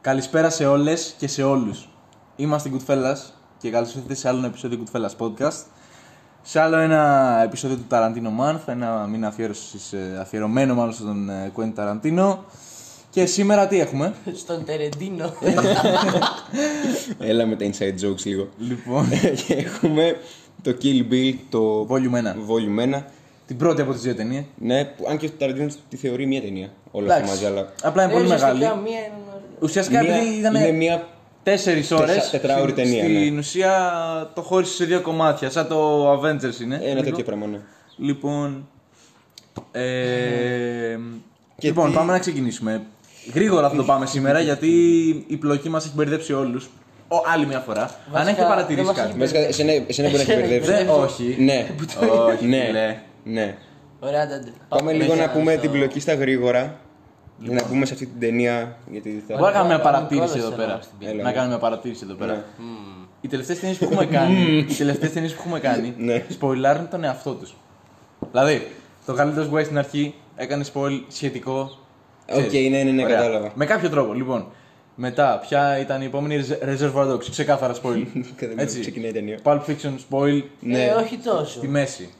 Καλησπέρα σε όλες και σε όλους. Είμαστε οι Goodfellas και καλώς ήρθατε σε άλλο ένα επεισόδιο Goodfellas Podcast. Σε άλλο ένα επεισόδιο του Tarantino Month, ένα μήνα αφιέρωσης, ε, αφιερωμένο μάλλον στον ε, Quentin Tarantino. Και σήμερα τι έχουμε. Στον Τερεντίνο. Ε, Έλα με τα inside jokes λίγο. Λοιπόν, και έχουμε το Kill Bill, το Volume 1. Volume 1. Την πρώτη από τις δύο ταινίες. Ναι, που, αν και ο Ταραντίνο τη θεωρεί μία ταινία όλα αυτά Εντάξει. μαζί, αλλά. Απλά Ε, είναι πολύ μεγάλη. Μία είναι ωραία. Ουσιαστικά μία- επειδή ήταν είναι μία. τέσσερις ώρες, τετράωρη στην- ταινία, ναι. Στην ουσία το χώρισε σε δύο κομμάτια, σαν το Avengers είναι. Ένα Ε, λίγο. τέτοιο πράγμα, ναι. Λοιπόν. Ε, Και λοιπόν, τι- πάμε να ξεκινήσουμε. Γρήγορα θα το πάμε σήμερα γιατί η πλοκή μας έχει μπερδέψει όλους. Άλλη μια φορά. Αν Βασικά, έχετε παρατηρήσει δεν μας κάτι. έχει Βασικά, εσένα, εσένα μπορεί να έχει Εσένα μπερδέψει. Δεν, όχι. Ναι, Όχι, ναι, ναι. ναι. Ωραία, τάντε. Πάμε λίγο μέσα να πούμε στο- την πλοκή στα γρήγορα. Λοιπόν. Για να πούμε σε αυτή την ταινία. Γιατί θα. Μπορώ να κάνω μια Ο παρατήρηση Νικόλας εδώ θα πέρα. μας την πει. Έλα, Να ναι. κάνω μια παρατήρηση εδώ πέρα. Ναι. Οι τελευταίες ταινίες που έχουμε κάνει, οι τελευταίες ταινίες που έχουμε κάνει, Ναι. σποιλάρουν τον εαυτό τους. Δηλαδή, το καλύτερος Way στην αρχή έκανε spoil σχετικό. Οκ, ναι, ναι, ναι, Ωραία. κατάλαβα. Με κάποιο τρόπο, λοιπόν. Μετά, ποια ήταν η επόμενη Reser- Reservoir Dogs, ξεκάθαρα spoil. Κατάλαβα, ξεκινάει η ταινία. Pulp Fiction, spoil, Ναι. Ε, όχι τόσο. στη μέση.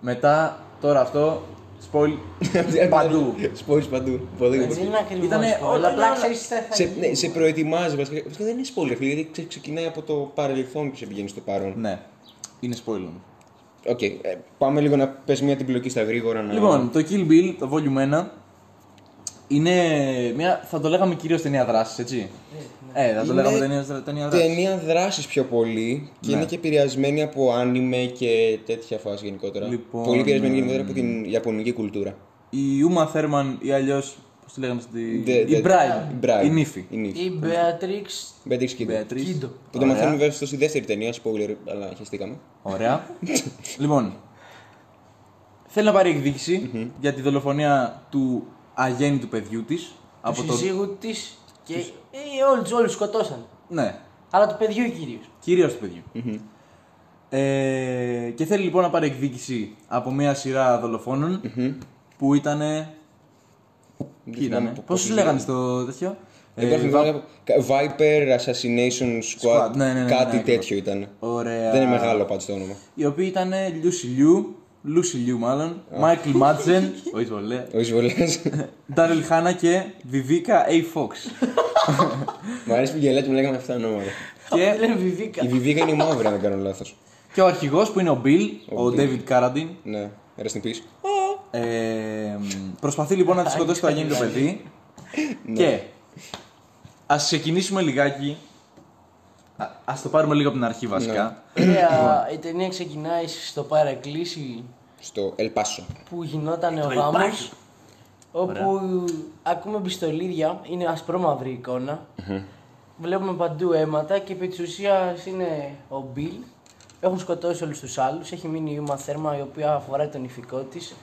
Μετά, τώρα αυτό, spoil παντού. Σπόρι παντού. Πολύ Δεν είναι ακριβώς Ήτανε spoiler, όλα- απλά όλα- ξέρεις τι θα Σε, γίνει. ναι, σε προετοιμάζει βασικά. Βασικά δεν είναι spoiler, φίλε, γιατί ξε- ξεκινάει από το παρελθόν και σε πηγαίνει στο παρόν. ναι, είναι spoil όμως. Οκ, ε, πάμε λίγο να πες μια την πλοκή στα γρήγορα. Να... Λοιπόν, το Kill Bill, το Volume 1, είναι μια, θα το λέγαμε κυρίως ταινία δράσης, έτσι. Ναι, Ε, θα το Είναι λέγαμε ταινία, ταινία δράσης. Ταινία δράσης πιο πολύ και Ναι. είναι και επηρεασμένη από άνιμε και τέτοια φάση γενικότερα. Λοιπόν, πολύ επηρεασμένη ε, γενικότερα από την Ιαπωνική κουλτούρα. Η Uma Thurman ή αλλιώς, πώς τη λέγαμε στη... Δε- η δε- Brian, Brian. η νύφη. Η νύφη. Η Μπέατριξ Beatrix Kiddo. Beatrice. Κίντο. Που το Ωραία. μαθαίνουμε βέβαια στο στη δεύτερη ταινία, spoiler, αλλά χαιστήκαμε. Ωραία. λοιπόν, θέλει να πάρει εκδίκηση για τη δολοφονία του αγέννητου παιδιού της. του Από το... συζύγου της και ε, όλους, όλους σκοτώσαν. Ναι, Αλλά του παιδιού κυρίως. κυρίως του παιδιου Ε, και θέλει λοιπόν να πάρει εκδίκηση από μια σειρά δολοφόνων, που ήταν. Δεν Ποιοι θυμάμαι ήταν, πο- Πώς πώς τους λέγανε. λέγανε στο τέτοιο. Ε, υπάρχουν Βα- διάφορα- Viper Assassination Squad, Squad, ναι, ναι, ναι, ναι, κάτι ναι, τέτοιο ήταν. Ωραία. Δεν είναι μεγάλο πάντως το όνομα. Οι οποίοι ήταν Lucy Liu, Lucy Liu μάλλον, Michael Madsen, ο Ισβολέ, Ο Ισβολέας. ε, Ντάριλ Χάνα και Βιβίκα A. Fox. Μ' αρέσει που γελάει και μου λέγαμε αυτά τα ονόματα. Και και, λένε Βιβίκα. Η Βιβίκα είναι η μαύρη, αν δεν κάνω λάθος. και ο αρχηγός που είναι ο Bill, ο, Bill. David Carradine. Ναι, rest in peace. Ε, μ, προσπαθεί λοιπόν να τη σκοτώσει το αγέννητο παιδί. Ναι. και ας ξεκινήσουμε λιγάκι. Α ας το πάρουμε λίγο από την αρχή βασικά. Ωραία, Η ταινία ξεκινάει στο παρακλήσι Στο Ελπάσο. που γινόταν ο υπάρχει. γάμος όπου ακούμε πιστολίδια, είναι ασπρόμαυρη εικόνα. Βλέπουμε παντού αίματα και επί της ουσίας είναι ο Μπιλ. Έχουν σκοτώσει όλους τους άλλους, έχει μείνει η Uma Θέρμα η οποία φοράει τον ηφικό της.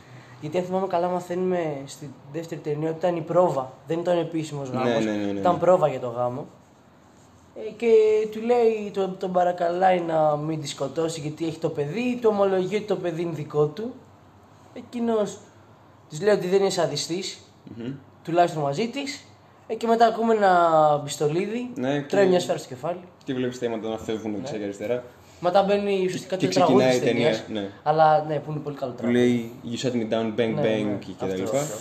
Γιατί αν θυμάμαι καλά μαθαίνουμε στη δεύτερη ταινία ότι ήταν η πρόβα, δεν ήταν επίσημος Ναι, γάμος, ναι, ναι, ναι, ναι. ήταν πρόβα για το γάμο. Ε, και του λέει, το- τον παρακαλάει να μην τη σκοτώσει γιατί έχει το παιδί, του ομολογεί ότι το παιδί είναι δικό του. Εκείνος της λέει ότι δεν είναι σαδιστής, τουλάχιστον μαζί της. Ε, και μετά ακούμε ένα πιστολίδι, Ναι, και- τρώει μια σφαίρα στο κεφάλι. Και βλέπεις θέματα να φεύγουν Ναι. δεξιά και αριστερά. Μετά μπαίνει ουσιαστικά Και το τραγούδι ξεκινάει τη η ταινία, ταινίας. ναι. Αλλά ναι, που είναι πολύ καλό Που τραγούδι. λέει You shut me down, bang Ναι, ναι, bang και τα αυτό, λοιπά. αυτό.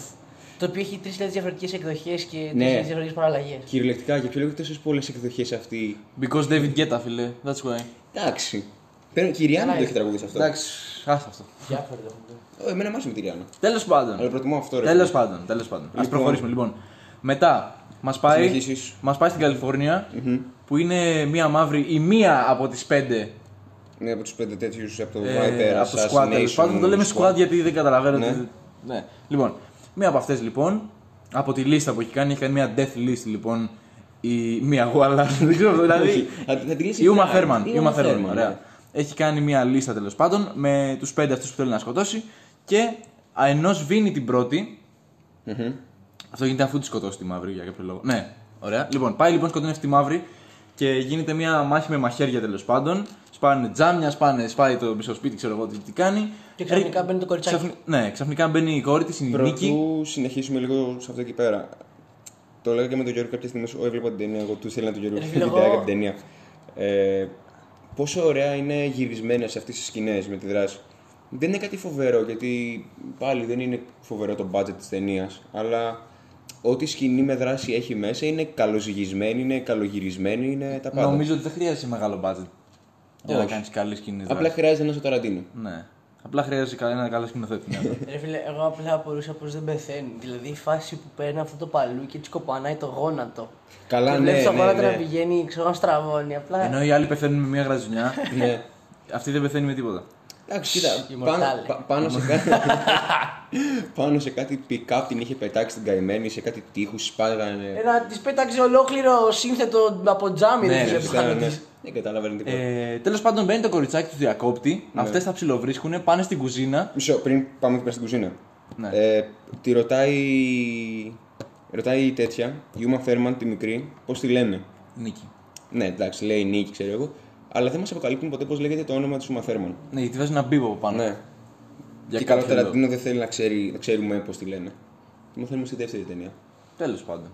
Το οποίο έχει 3.000 διαφορετικές εκδοχές και 3.000 Ναι. διαφορετικές παραλλαγές. Κυριολεκτικά, για ποιο λόγο τόσε πολλές εκδοχές αυτή. Because David Guetta, φίλε. That's why. Εντάξει. Παίρνω και η Ριάννα Καλά το έχει τραγουδίσει αυτό. Εντάξει, άσε αυτό. Διάφορα το Ω, Εμένα μ' άρεσε με τη Ριάννα. Τέλος Αλλά πάντων. Ε, προτιμώ αυτό. ρε. Τέλος πάντων, τέλος πάντων. Ας Λοιπόν. προχωρήσουμε λοιπόν. Μετά, μας πάει, Συνεχίσεις. μας πάει στην καλιφορνια που είναι μία μαύρη ή μία από τις πέντε Ναι, από τους πέντε τέτοιους από το Viper ε, από το squad τέλο Assassination πάντων. Το λέμε squad Squad. γιατί δεν καταλαβαίνω. Ναι. τι- Ναι. Λοιπόν, μία από αυτές λοιπόν, από τη λίστα που έχει κάνει, έχει κάνει μία death list λοιπόν. Η μία Waller. δεν ξέρω, δηλαδή. Όχι, θα- θα τη λύσει Η η Uma Uma Thurman. Η Η Uma Uma Thurman, Thurman, ωραία. ναι. Έχει κάνει μία λίστα τέλος πάντων με τους πέντε αυτούς που θέλει να σκοτώσει και ενώ σβήνει την πρώτη. Αυτό γίνεται αφού τη σκοτώσει τη μαύρη για κάποιο λόγο. Ναι, ωραία. Λοιπόν, πάει λοιπόν σκοτώνει αυτή τη μαύρη και γίνεται μία μάχη με μαχαίρια τέλος πάντων. σπάνε τζάμια, σπάνε, σπάει το πίσω σπίτι, ξέρω εγώ τι, τι κάνει. Και ξαφνικά μπαίνει το κοριτσάκι. Ξαφν- Ναι, ξαφνικά μπαίνει η κόρη της, η Νίκη. Πρωτού συνεχίσουμε λίγο σε αυτό εκεί πέρα. Το λέω και με τον Γιώργο κάποια στιγμή. Εγώ έβλεπα την ταινία. Εγώ του ήθελα να τον Γιώργο Ρε να φίλε, την εγώ- την ταινία. Ε, πόσο ωραία είναι γυρισμένα σε αυτέ τι σκηνές με τη δράση. Δεν είναι κάτι φοβερό γιατί πάλι δεν είναι φοβερό το budget της ταινίας. Αλλά ό,τι σκηνή με δράση έχει μέσα είναι καλοζυγισμένη, είναι καλογυρισμένη, είναι τα πάντα. Νομίζω ότι δεν χρειάζεσαι μεγάλο budget για να Όχι. κάνεις καλή σκηνή. Απλά χρειάζεται ένα ταραντίνο. δηλαδή. Ναι. Απλά χρειάζεσαι κα- ένα καλό σκηνοθέτη. ναι. Ρε φίλε, εγώ απλά απορούσα πως δεν πεθαίνει. Δηλαδή η φάση που παίρνει αυτό το παλού και τη κοπανάει το γόνατο. Καλά, Και ναι, βλέπεις ναι, τα γόνατα ναι. να πηγαίνει, ξέρω να στραβώνει. Απλά. Ενώ οι άλλοι πεθαίνουν με μια γραζουνιά, ναι. αυτή δεν πεθαίνει με τίποτα. Εντάξει, κοίτα, πάνω, Immortale. πα- πάνω, σε κάτι, πάνω σε κάτι pick-up την είχε πετάξει την καημένη, σε κάτι τείχους σπάγανε. Ένα τη Ε, πέταξε ολόκληρο σύνθετο από τζάμι. Ναι, Ναι, ρε, ρε, πιστεύω, πάνω ναι. της. Δεν κατάλαβα τίποτα. Ε, Τέλος πάντων, μπαίνει το κοριτσάκι του διακόπτη, Ναι. αυτές τα ψιλοβρίσκουν, πάνε στην κουζίνα. Μισό, πριν πάμε πέρα στην κουζίνα. Ναι. Ε, τη ρωτάει, ρωτάει η τέτοια, η Uma Thurman τη μικρή, πώς τη λένε. Νίκη. Ναι, εντάξει, λέει Νίκη, ξέρω εγώ. Αλλά δεν μας αποκαλύπτουν ποτέ πώς λέγεται το όνομα της Uma Thurman. Ναι, γιατί βάζει ένα μπίπο από πάνω. Ναι. Για και κάποιο καλό Ταραντίνο δεν θέλει να, ξέρει, να ξέρουμε πώς τη λένε. Τη μαθαίνουμε στη δεύτερη ταινία. Τέλος πάντων.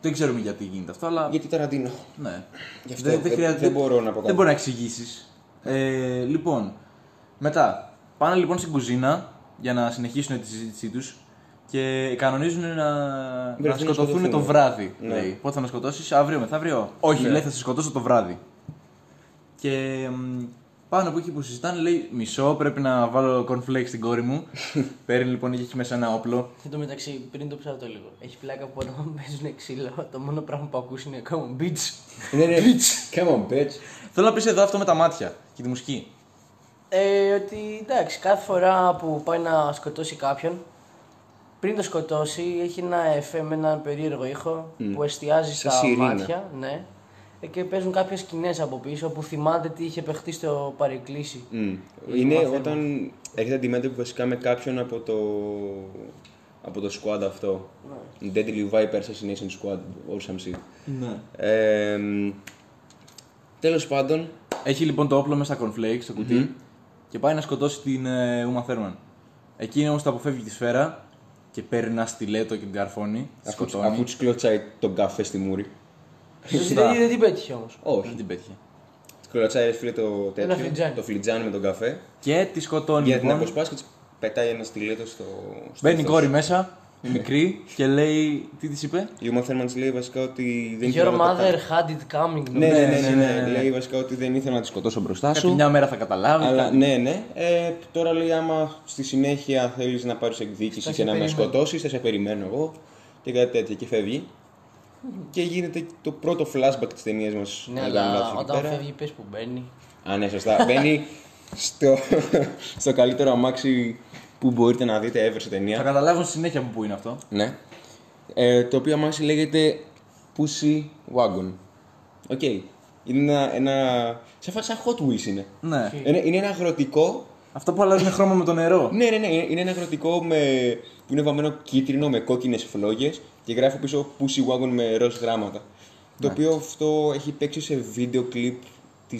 Δεν ξέρουμε γιατί γίνεται αυτό, αλλά. Γιατί Ταραντίνο. Ναι. Γι' αυτό δεν- δεν μπορώ να πω κάτι. Δεν μπορεί να εξηγήσεις. Ε, λοιπόν, μετά. Πάνε λοιπόν στην κουζίνα για να συνεχίσουν τη συζήτησή τους και κανονίζουν να, να να σκοτωθούν σκοτωθούν. το βράδυ. Ναι. Λέει. Πότε θα με σκοτώσεις, αύριο, μεθαύριο. Όχι, Ναι. λέει θα σε σκοτώσω το βράδυ. Και μ, πάνω από εκεί που συζητάνε λέει μισό, πρέπει να βάλω cornflakes στην κόρη μου. Παίρνει λοιπόν εκεί μέσα ένα όπλο. Εν τω μεταξύ, πριν το ψάχνω το λίγο, έχει πλάκα που όταν παίζουν ξύλο, το μόνο πράγμα που ακούς είναι ακόμα bitch. Ναι, ναι. Come on, bitch. Θέλω να πεις εδώ αυτό με τα μάτια και τη μουσική. Ε, ότι εντάξει, κάθε φορά που πάει να σκοτώσει κάποιον, πριν το σκοτώσει, έχει ένα FM, έναν περίεργο ήχο που εστιάζει Σαν στα σιρήνα. μάτια. Ναι. Ε, Και παίζουν κάποιες σκηνές από πίσω που θυμάται τι είχε παιχτεί στο παρεκκλήσι. Μμμ. Mm. Είναι όταν έρχεται αντιμέτωπη βασικά με κάποιον από το, από το squad αυτό. Deadly Viper Assassination Squad, all some shit. Ναι. Ε, μ, τέλος πάντων, Έχει λοιπόν το όπλο μέσα στα cornflakes, στο κουτι και πάει να σκοτώσει την ε, Uma Thurman. Εκείνη όμως τα αποφεύγει της σφαίρα και παίρνει ένα στιλέτο και την καρφώνει. τη αφού, σκοτώνει. αφού της κλωτσάει τον καφέ στη μούρη. δεν, δεν την πέτυχε όμως. Δεν Όχι. την πέτυχε. Της κλωτσάει ρε φίλε το τέτοιο, φλιτζάνι. το φλιτζάνι με τον καφέ. Και τη σκοτώνει. Για την λοιπόν. αποσπάσει και της πετάει ένα στιλέτο στο. στο Μπαίνει η ύψος. κόρη μέσα, Ναι. η μικρή, και λέει. Τι της είπε, Η Uma Thurman της λέει βασικά ότι δεν Your ήθελα να το mother κάνω. had it coming. Ναι, ναι, ναι, Ναι, ναι, ναι, ναι. ναι. Λέει βασικά ότι δεν ήθελα να τη σκοτώσω μπροστά Κάτι σου. μια μέρα θα καταλάβει. Αλλά κάτι. ναι, ναι. Ε, τώρα λέει, άμα στη συνέχεια θέλεις να πάρεις εκδίκηση και σε να με περιμένω. σκοτώσεις, θα σε περιμένω εγώ και κάτι τέτοιο. Και φεύγει. Και γίνεται το πρώτο flashback της ταινίας μας. Ναι, αλλά όταν φεύγει, πες που μπαίνει. Α, ναι, σωστά. Μπαίνει στο, στο καλύτερο αμάξι που μπορείτε να δείτε ever Θα σε ταινία. καταλάβουν στη συνέχεια που είναι αυτό. Ναι. Ε, το οποίο αμάξι λέγεται Pussy Wagon. Οκ. Είναι ένα. ένα... Σαν, φα- σαν Hot Wheels είναι. Ναι. Είναι, είναι ένα αγροτικό Αυτό που αλλάζουν χρώμα με το νερό. Ναι, ναι, ναι. Είναι ένα αγροτικό με... που είναι βαμμένο κίτρινο με κόκκινες φλόγες και γράφει πίσω Pussy Wagon με ροζ γράμματα. Το οποίο αυτό έχει παίξει σε βίντεο κλιπ της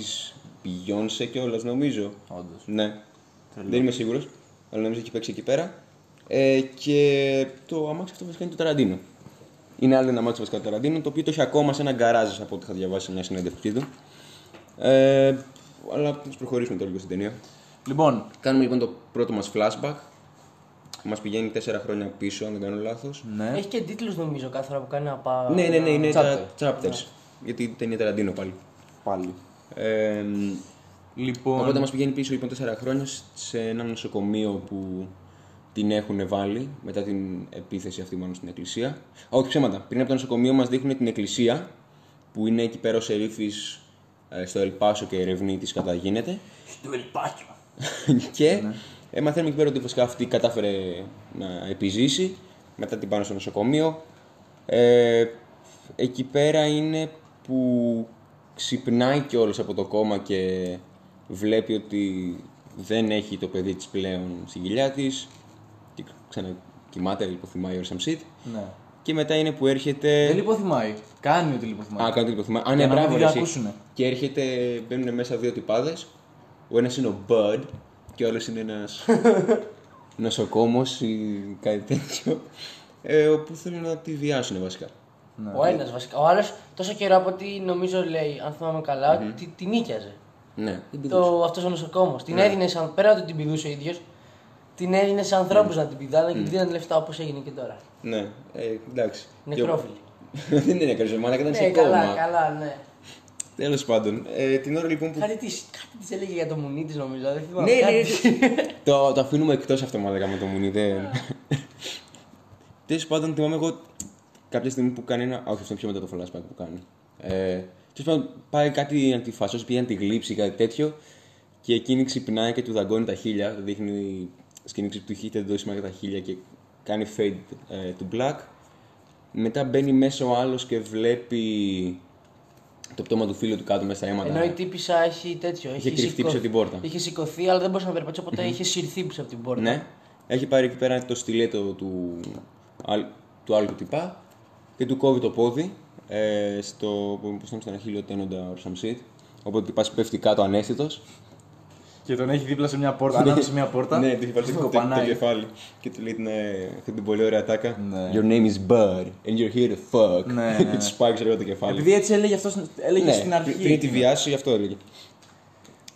Beyoncé κιόλα, νομίζω. Όντως. Ναι. Δεν είμαι σίγουρος, αλλά νομίζω έχει παίξει εκεί πέρα. Ε, και το αμάξι αυτό βασικά είναι το Ταραντίνο. Είναι άλλο ένα αμάξι βασικά του Ταραντίνο, το οποίο το έχει ακόμα σε ένα γκαράζ από ό,τι είχα διαβάσει σε μια συνέντευξή του. Ε, αλλά ας προχωρήσουμε τώρα λίγο στην ταινία. Λοιπόν, Κάνουμε λοιπόν το πρώτο μας flashback. Μας πηγαίνει τέσσερα χρόνια πίσω, αν δεν κάνω λάθος. ναι. Έχει και τίτλους νομίζω κάθε φορά που κάνει να πάω. Ναι, ναι, ναι, είναι τα chapters. Γιατί η ταινία Ταραντίνο πάλι. Πάλι. Ε, μ, Λοιπόν. οπότε μας πηγαίνει πίσω λοιπόν τέσσερα χρόνια σε ένα νοσοκομείο που την έχουν βάλει μετά την επίθεση αυτή μάλλον στην εκκλησία. Όχι ψέματα, πριν από το νοσοκομείο μας δείχνουν την εκκλησία που είναι εκεί πέρα ο Σερίφης ε, στο Ελπάσο και ερευνεί τι καταγίνεται. Το ελπάκι. και ε, μαθαίνουμε εκεί πέρα ότι βασικά αυτή κατάφερε να επιζήσει. Μετά την πάνω στο νοσοκομείο. Ε, εκεί πέρα είναι που ξυπνάει κιόλας από το κόμμα και βλέπει ότι δεν έχει το παιδί της πλέον στην κοιλιά της και ξανακοιμάται, λοιπόν, υποθυμάει or some shit. Ναι. Και μετά είναι που έρχεται... Δεν Ε, λιποθυμάει. Κάνει ότι λιποθυμάει. Α, κάνω το υποθυμάει. Α, ναι, Για να μην μπράβο, την ρε, εσύ. ακούσουνε. Και έρχεται, μπαίνουν μέσα δύο τυπάδες. Ο ένας είναι ο Bud και ο άλλος είναι ένας νοσοκόμος ή κάτι τέτοιο. Ε, όπου θέλουν να τη βιάσουν βασικά. Ο ένας βασικά. Ο άλλος τόσο καιρό από ό,τι νομίζω λέει, αν θυμάμαι καλά, τη, τη νίκιαζε. Ναι. Το, αυτός ο νοσοκόμος. Την έδινε σαν. Πέρα ότι την πηδούσε ο ίδιος, την έδινε σε ανθρώπους να την πηδάνε και τη δίνανε λεφτά όπως έγινε και τώρα. Ναι, ε, εντάξει. Νεκρόφιλοι. Ναι, Δεν είναι ακριβώ μαλάκα, ήταν σε Ναι, καλά, κόμμα. καλά, ναι. Τέλος πάντων. Ε, την ώρα λοιπόν που. Κάτι της κάτι της έλεγε για το μουνί της, νομίζω. Δεν θυμάμαι. ναι, ναι, κάτι. ναι. το, το αφήνουμε εκτός αυτό μαλάκα με το μουνί. Δεν. Τέλος πάντων, θυμάμαι εγώ κάποια στιγμή που κάνει ένα. Α, Όχι, αυτό είναι πιο μετά το φλάσπακ που κάνει. Ε, Τέλος πάντων, πάει κάτι να τη φασώσει, πήγε να τη γλύψει κάτι τέτοιο. Και εκείνη ξυπνάει και του δαγκώνει τα χίλια. του Δείχνει σκηνή ξυπτουχή, δεν δώσει μάγκα τα χίλια και κάνει fade ε, του black. Μετά μπαίνει μέσα ο άλλος και βλέπει το πτώμα του φίλου του κάτω μέσα στα αίματα. Ενώ η τύπησα έχει τέτοιο. Είχε Ναι. κρυφτεί πίσω από την πόρτα. Είχε σηκωθεί, αλλά δεν μπορούσε να περπατήσει, οπότε είχε συρθεί πίσω από την πόρτα. Ναι. Έχει πάρει εκεί πέρα το στιλέτο του, άλλ- του άλλου τυπά και του κόβει το πόδι ε, στο, πώς είναι, στον αχίλιο τένοντα ο Ρουσαμσίτ. Οπότε ο τυπάς πέφτει κάτω ανέστητος. Και τον έχει δίπλα σε μια πόρτα, ανάμεσα σε μια πόρτα. ναι, του έχει βάλει και στο τον το, το κοπανάει. κεφάλι και του λέει την, ε, αυτή την πολύ ωραία τάκα. Ναι. Your name is Bird and you're here to fuck. Ναι, ναι, και ναι. του σπάει ξέρω εγώ, το κεφάλι. Επειδή έτσι έλεγε αυτός έλεγε Ναι, στην αρχή. Πριν τη βιάσει, γι' αυτό έλεγε.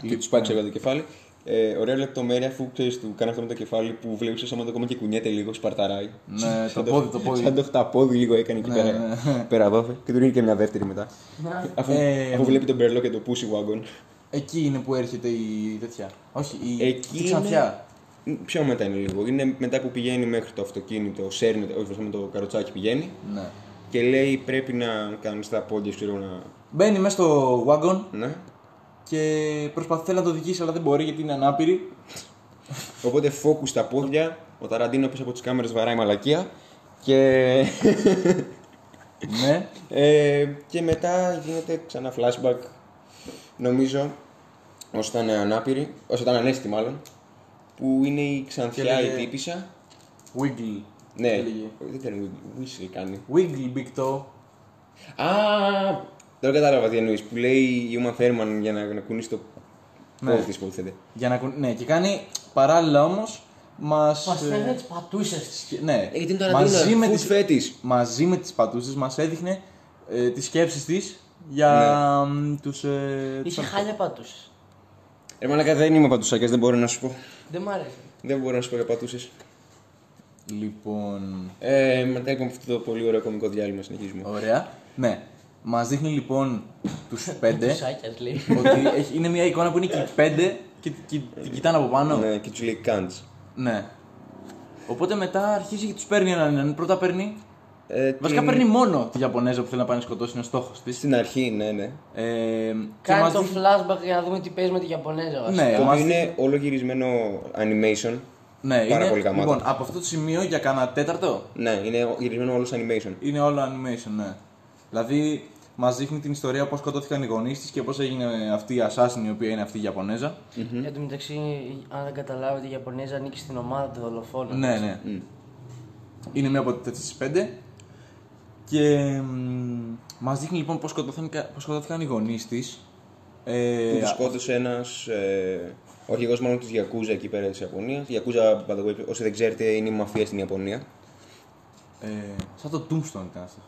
Και του πάει ξέρω το κεφάλι. Ε, ωραία λεπτομέρεια αφού ξέρεις του κάνει αυτό με το κεφάλι που βλέπεις όσο το ακόμα και κουνιέται λίγο, σπαρταράει. Ναι, το Σαν πόδι, το πόδι. Σαν το χταπόδι λίγο έκανε εκεί Ναι, πέρα. Πέρα βάφε. Και του ρίχνει και μια δεύτερη μετά. Να. Αφού, Ε, αφού βλέπει τον Μπερλό και το Pussy Wagon. Εκεί είναι που έρχεται η τέτοια. Όχι, η, Εκεί η ξανθιά. είναι- Πιο μετά είναι λίγο. Είναι μετά που πηγαίνει μέχρι το αυτοκίνητο, σέρνει, όχι βασικά με το καροτσάκι πηγαίνει Ναι. και λέει πρέπει να κάνεις τα πόδια, σου, ξέρω να. Μπαίνει μέσα στο wagon Ναι. και προσπαθεί θέλει να το δικήσει, αλλά δεν μπορεί γιατί είναι ανάπηρη. Οπότε focus στα πόδια, ο Ταραντίνο πίσω από τις κάμερες βαράει μαλακία και, ναι. ε, και μετά γίνεται ξανά flashback νομίζω όσο ήταν ανάπηρη, όσο ήταν ανέστη μάλλον που είναι η Και ξανθιά η έλεγε- τύπησα Wiggle. ναι, έλεγε. δεν ήταν whistle κάνει Wiggle, big toe. Α, τώρα κατάλαβα τι εννοείς που λέει η Uma Thurman για να, να κουνήσει το Ναι. πόδι της που θέλετε. Για να... κουν- Ναι, και κάνει παράλληλα όμως μας. Μας θέλει να τις πατούσες. Ναι, Ε, γιατί είναι το μαζί, Ταραντίνο, με food τις... fetish. μαζί με τις πατούσες μας έδειχνε ε, τις σκέψεις της για Ναι. μ, τους... Ε, τους Είχε ανθρώπους. χάλια πατούσε. Ρε μαλάκα δεν είμαι παντουσάκιας, δεν μπορώ να σου πω. Δεν μ' άρεσε. Δεν μπορώ να σου πω για πατούσες. Λοιπόν, Ε, μετά από αυτό το πολύ ωραίο κομικό διάλειμμα συνεχίζουμε. ωραία. Ναι, μας δείχνει λοιπόν τους Ναι. πέντε Σάκια λέει. ότι έχει- είναι μια εικόνα που είναι και οι πέντε και την κι- την κοιτάνε από πάνω. Ναι, και τους λέει Κάντς. Ναι. Οπότε μετά αρχίζει και τους παίρνει έναν έναν. Πρώτα παίρνει... Ε, Βασικά την- παίρνει μόνο τη Ιαπωνέζα που θέλει να πάει να σκοτώσει, είναι ο στόχος της. Στην αρχή, ναι, ναι. Ε, και Κάνει μας το δείχνει- flashback για να δούμε τι παίζει με τη Ιαπωνέζα. βασικά. Ναι, Το οποίο μας είναι όλο γυρισμένο animation. Ναι, Πάρα είναι, πολύ γαμάτο. λοιπόν, από αυτό το σημείο για κανένα τέταρτο Ναι, είναι γυρισμένο όλος animation. είναι όλο animation, ναι. Δηλαδή, μας δείχνει την ιστορία πώς σκοτώθηκαν οι γονείς της και πώς έγινε αυτή η assassin η οποία είναι αυτή η Ιαπωνέζα. Εν τω μεταξύ, αν δεν καταλάβετε, η Ιαπωνέζα ανήκει στην ομάδα των δολοφόνων. Ναι, ναι. Είναι μία από τις πέντε. Και μας δείχνει λοιπόν πώς σκοτώθηκαν, πώς σκοτώθηκαν οι γονείς της. Που Ε, τους σκότωσε ένας. Ε, ο αρχηγός μάλλον της Γιακούζα εκεί πέρα της Ιαπωνίας. Γιακούζα, by the way, όσοι δεν ξέρετε, είναι η μαφία στην Ιαπωνία. ε, σαν το Tombstone ήταν αυτό.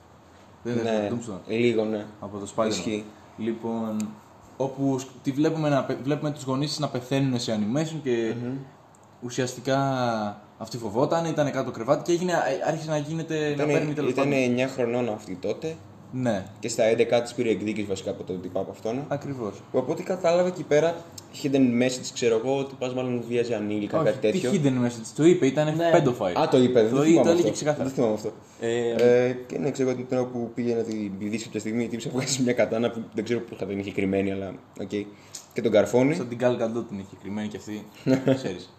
Δεν ναι, ήταν το Tombstone. λίγο, ναι. Από το Spider-Man. Ισχύει. Λοιπόν, όπου σ- τη βλέπουμε, να, πε- βλέπουμε τους γονείς της να πεθαίνουν σε animation και ουσιαστικά αυτή φοβόταν, ήταν κάτω το κρεβάτι και έγινε, άρχισε να γίνεται, να παίρνει τέλος Ήταν πάντων. 9 χρονών αυτή τότε Ναι, και στα 11 της πήρε εκδίκηση βασικά από τον τυπά από αυτόν. ακριβώς. Που από ό,τι κατάλαβα εκεί πέρα, hidden message ξέρω εγώ, ότι πας μάλλον βίαζε ανήλικα, κάτι Τι τέτοιο. hidden message, το είπε, ήταν Ναι. pedophile. Α, το είπε, δεν το, το θυμάμαι το έλεγε αυτό. ξεκάθαρα. Δεν θυμάμαι αυτό. Ε, Ε, και ναι, ξέρω την ώρα που πήγε να την πηδήσει κάποια στιγμή, η τύψη βγάζει μια κατάνα που δεν ξέρω πώ θα την είχε κρυμμένη, αλλά οκ. Και τον καρφώνει. Σαν την Gal Gadot την έχει κρυμμένη και αυτή, ξέρεις.